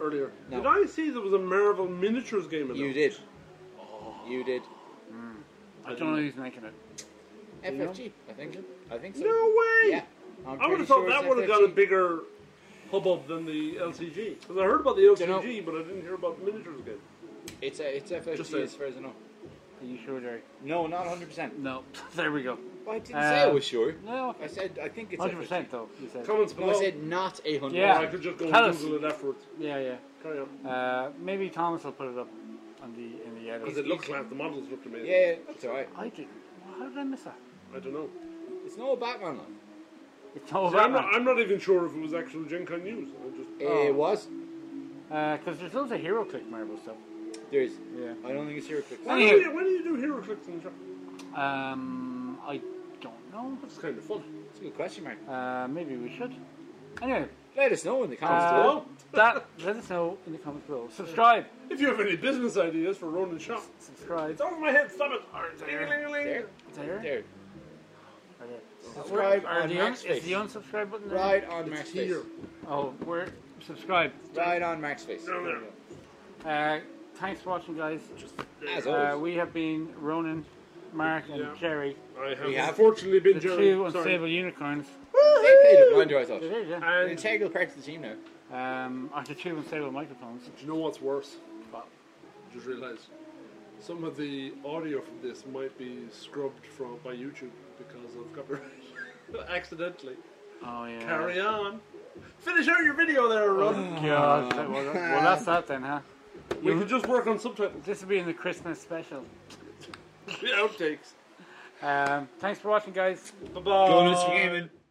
Speaker 3: earlier,
Speaker 2: No.
Speaker 3: did I see there was a Marvel miniatures game? announced?
Speaker 2: You did. Oh. You did.
Speaker 1: I don't know who's making it.
Speaker 2: FFG. I think. I think so.
Speaker 3: No way.
Speaker 2: Yeah. I'm
Speaker 3: I
Speaker 2: pretty
Speaker 3: would
Speaker 2: sure
Speaker 3: have thought
Speaker 2: it's
Speaker 3: that would have got a
Speaker 2: FFG.
Speaker 3: bigger hubbub than the LCG. Because I heard about the
Speaker 2: Dunno.
Speaker 3: LCG, but I didn't hear about the miniatures game.
Speaker 2: It's a, it's
Speaker 3: Just
Speaker 2: FFG
Speaker 3: a-
Speaker 2: as far as I know.
Speaker 1: Are you sure, Derek?
Speaker 2: No, not 100. percent
Speaker 1: No. there we go.
Speaker 2: I didn't
Speaker 1: Uh,
Speaker 2: say I was sure.
Speaker 1: No.
Speaker 2: I said I think it's
Speaker 1: Hundred
Speaker 2: 100.
Speaker 1: percent though. You said.
Speaker 3: Comments
Speaker 2: No,
Speaker 3: below.
Speaker 2: I said not 800.
Speaker 1: Yeah.
Speaker 3: I could just go
Speaker 1: Tell
Speaker 3: and
Speaker 1: us.
Speaker 3: Google it afterwards.
Speaker 1: Yeah, yeah.
Speaker 3: Carry on.
Speaker 1: Uh, maybe Thomas will put it up on the in the
Speaker 3: Because
Speaker 1: edit.
Speaker 3: it looked like the models looked amazing.
Speaker 2: Yeah, that's alright.
Speaker 1: I didn't. How did I miss that?
Speaker 3: I don't know.
Speaker 2: It's no Batman. Line.
Speaker 1: It's all
Speaker 3: See, I'm, not,
Speaker 1: about
Speaker 3: I'm not even sure if it was actual Gen Con news. I just,
Speaker 1: Oh.
Speaker 2: It was.
Speaker 1: because Uh, there's loads of hero click Marvel stuff.
Speaker 2: There is.
Speaker 1: Yeah.
Speaker 2: I don't think it's here. Clicks.
Speaker 3: when, do
Speaker 1: Anywho.
Speaker 3: you, when do you do hero clicks in the shop?
Speaker 1: Um, I don't know.
Speaker 3: That's kind of fun.
Speaker 2: That's a good question, Mark.
Speaker 1: Uh, maybe we should. Anyway,
Speaker 2: Let us know in the comments
Speaker 1: Uh,
Speaker 2: below.
Speaker 1: that let us know in the comments below. Subscribe,
Speaker 3: If you have any business ideas for Ronan Shop,
Speaker 1: subscribe.
Speaker 3: it's over my head, stop it. All right, ding-a-ling-a-ling.
Speaker 2: There.
Speaker 1: There, there.
Speaker 2: There.
Speaker 1: Subscribe.
Speaker 2: Subscribe
Speaker 1: Are
Speaker 2: on
Speaker 1: the un-
Speaker 2: Mark's
Speaker 1: is the
Speaker 2: face.
Speaker 1: unsubscribe button there?
Speaker 2: Right on Mark's
Speaker 3: It's
Speaker 2: face.
Speaker 3: here.
Speaker 1: Oh, we're subscribe.
Speaker 2: Right on Mark's face.
Speaker 3: Down there.
Speaker 1: Uh, thanks for watching, guys.
Speaker 2: As
Speaker 1: Uh,
Speaker 2: always.
Speaker 1: we have been Ronan, Mark, and
Speaker 3: Yeah.
Speaker 1: Jerry,
Speaker 3: I have,
Speaker 2: We have-
Speaker 3: unfortunately been
Speaker 1: the
Speaker 3: Jerry.
Speaker 1: two
Speaker 3: Sorry.
Speaker 1: unstable unicorns.
Speaker 2: They played a blinder, I thought.
Speaker 1: There you go.
Speaker 2: An
Speaker 3: And do
Speaker 2: integral part of the team now.
Speaker 1: Um, I could chew and say with microphones.
Speaker 3: you know what's worse? Bob, I just realised some of the audio from this might be scrubbed from by YouTube because of copyright. Accidentally.
Speaker 1: Oh yeah.
Speaker 3: Carry on. Finish out your video there, Ron.
Speaker 1: God. that- well, that- well, that's that then, huh?
Speaker 3: we could just work on subtitles.
Speaker 1: This will be in the Christmas special.
Speaker 3: The outtakes.
Speaker 1: Um, thanks for watching, guys.
Speaker 3: Bye bye.
Speaker 2: Bonus for gaming.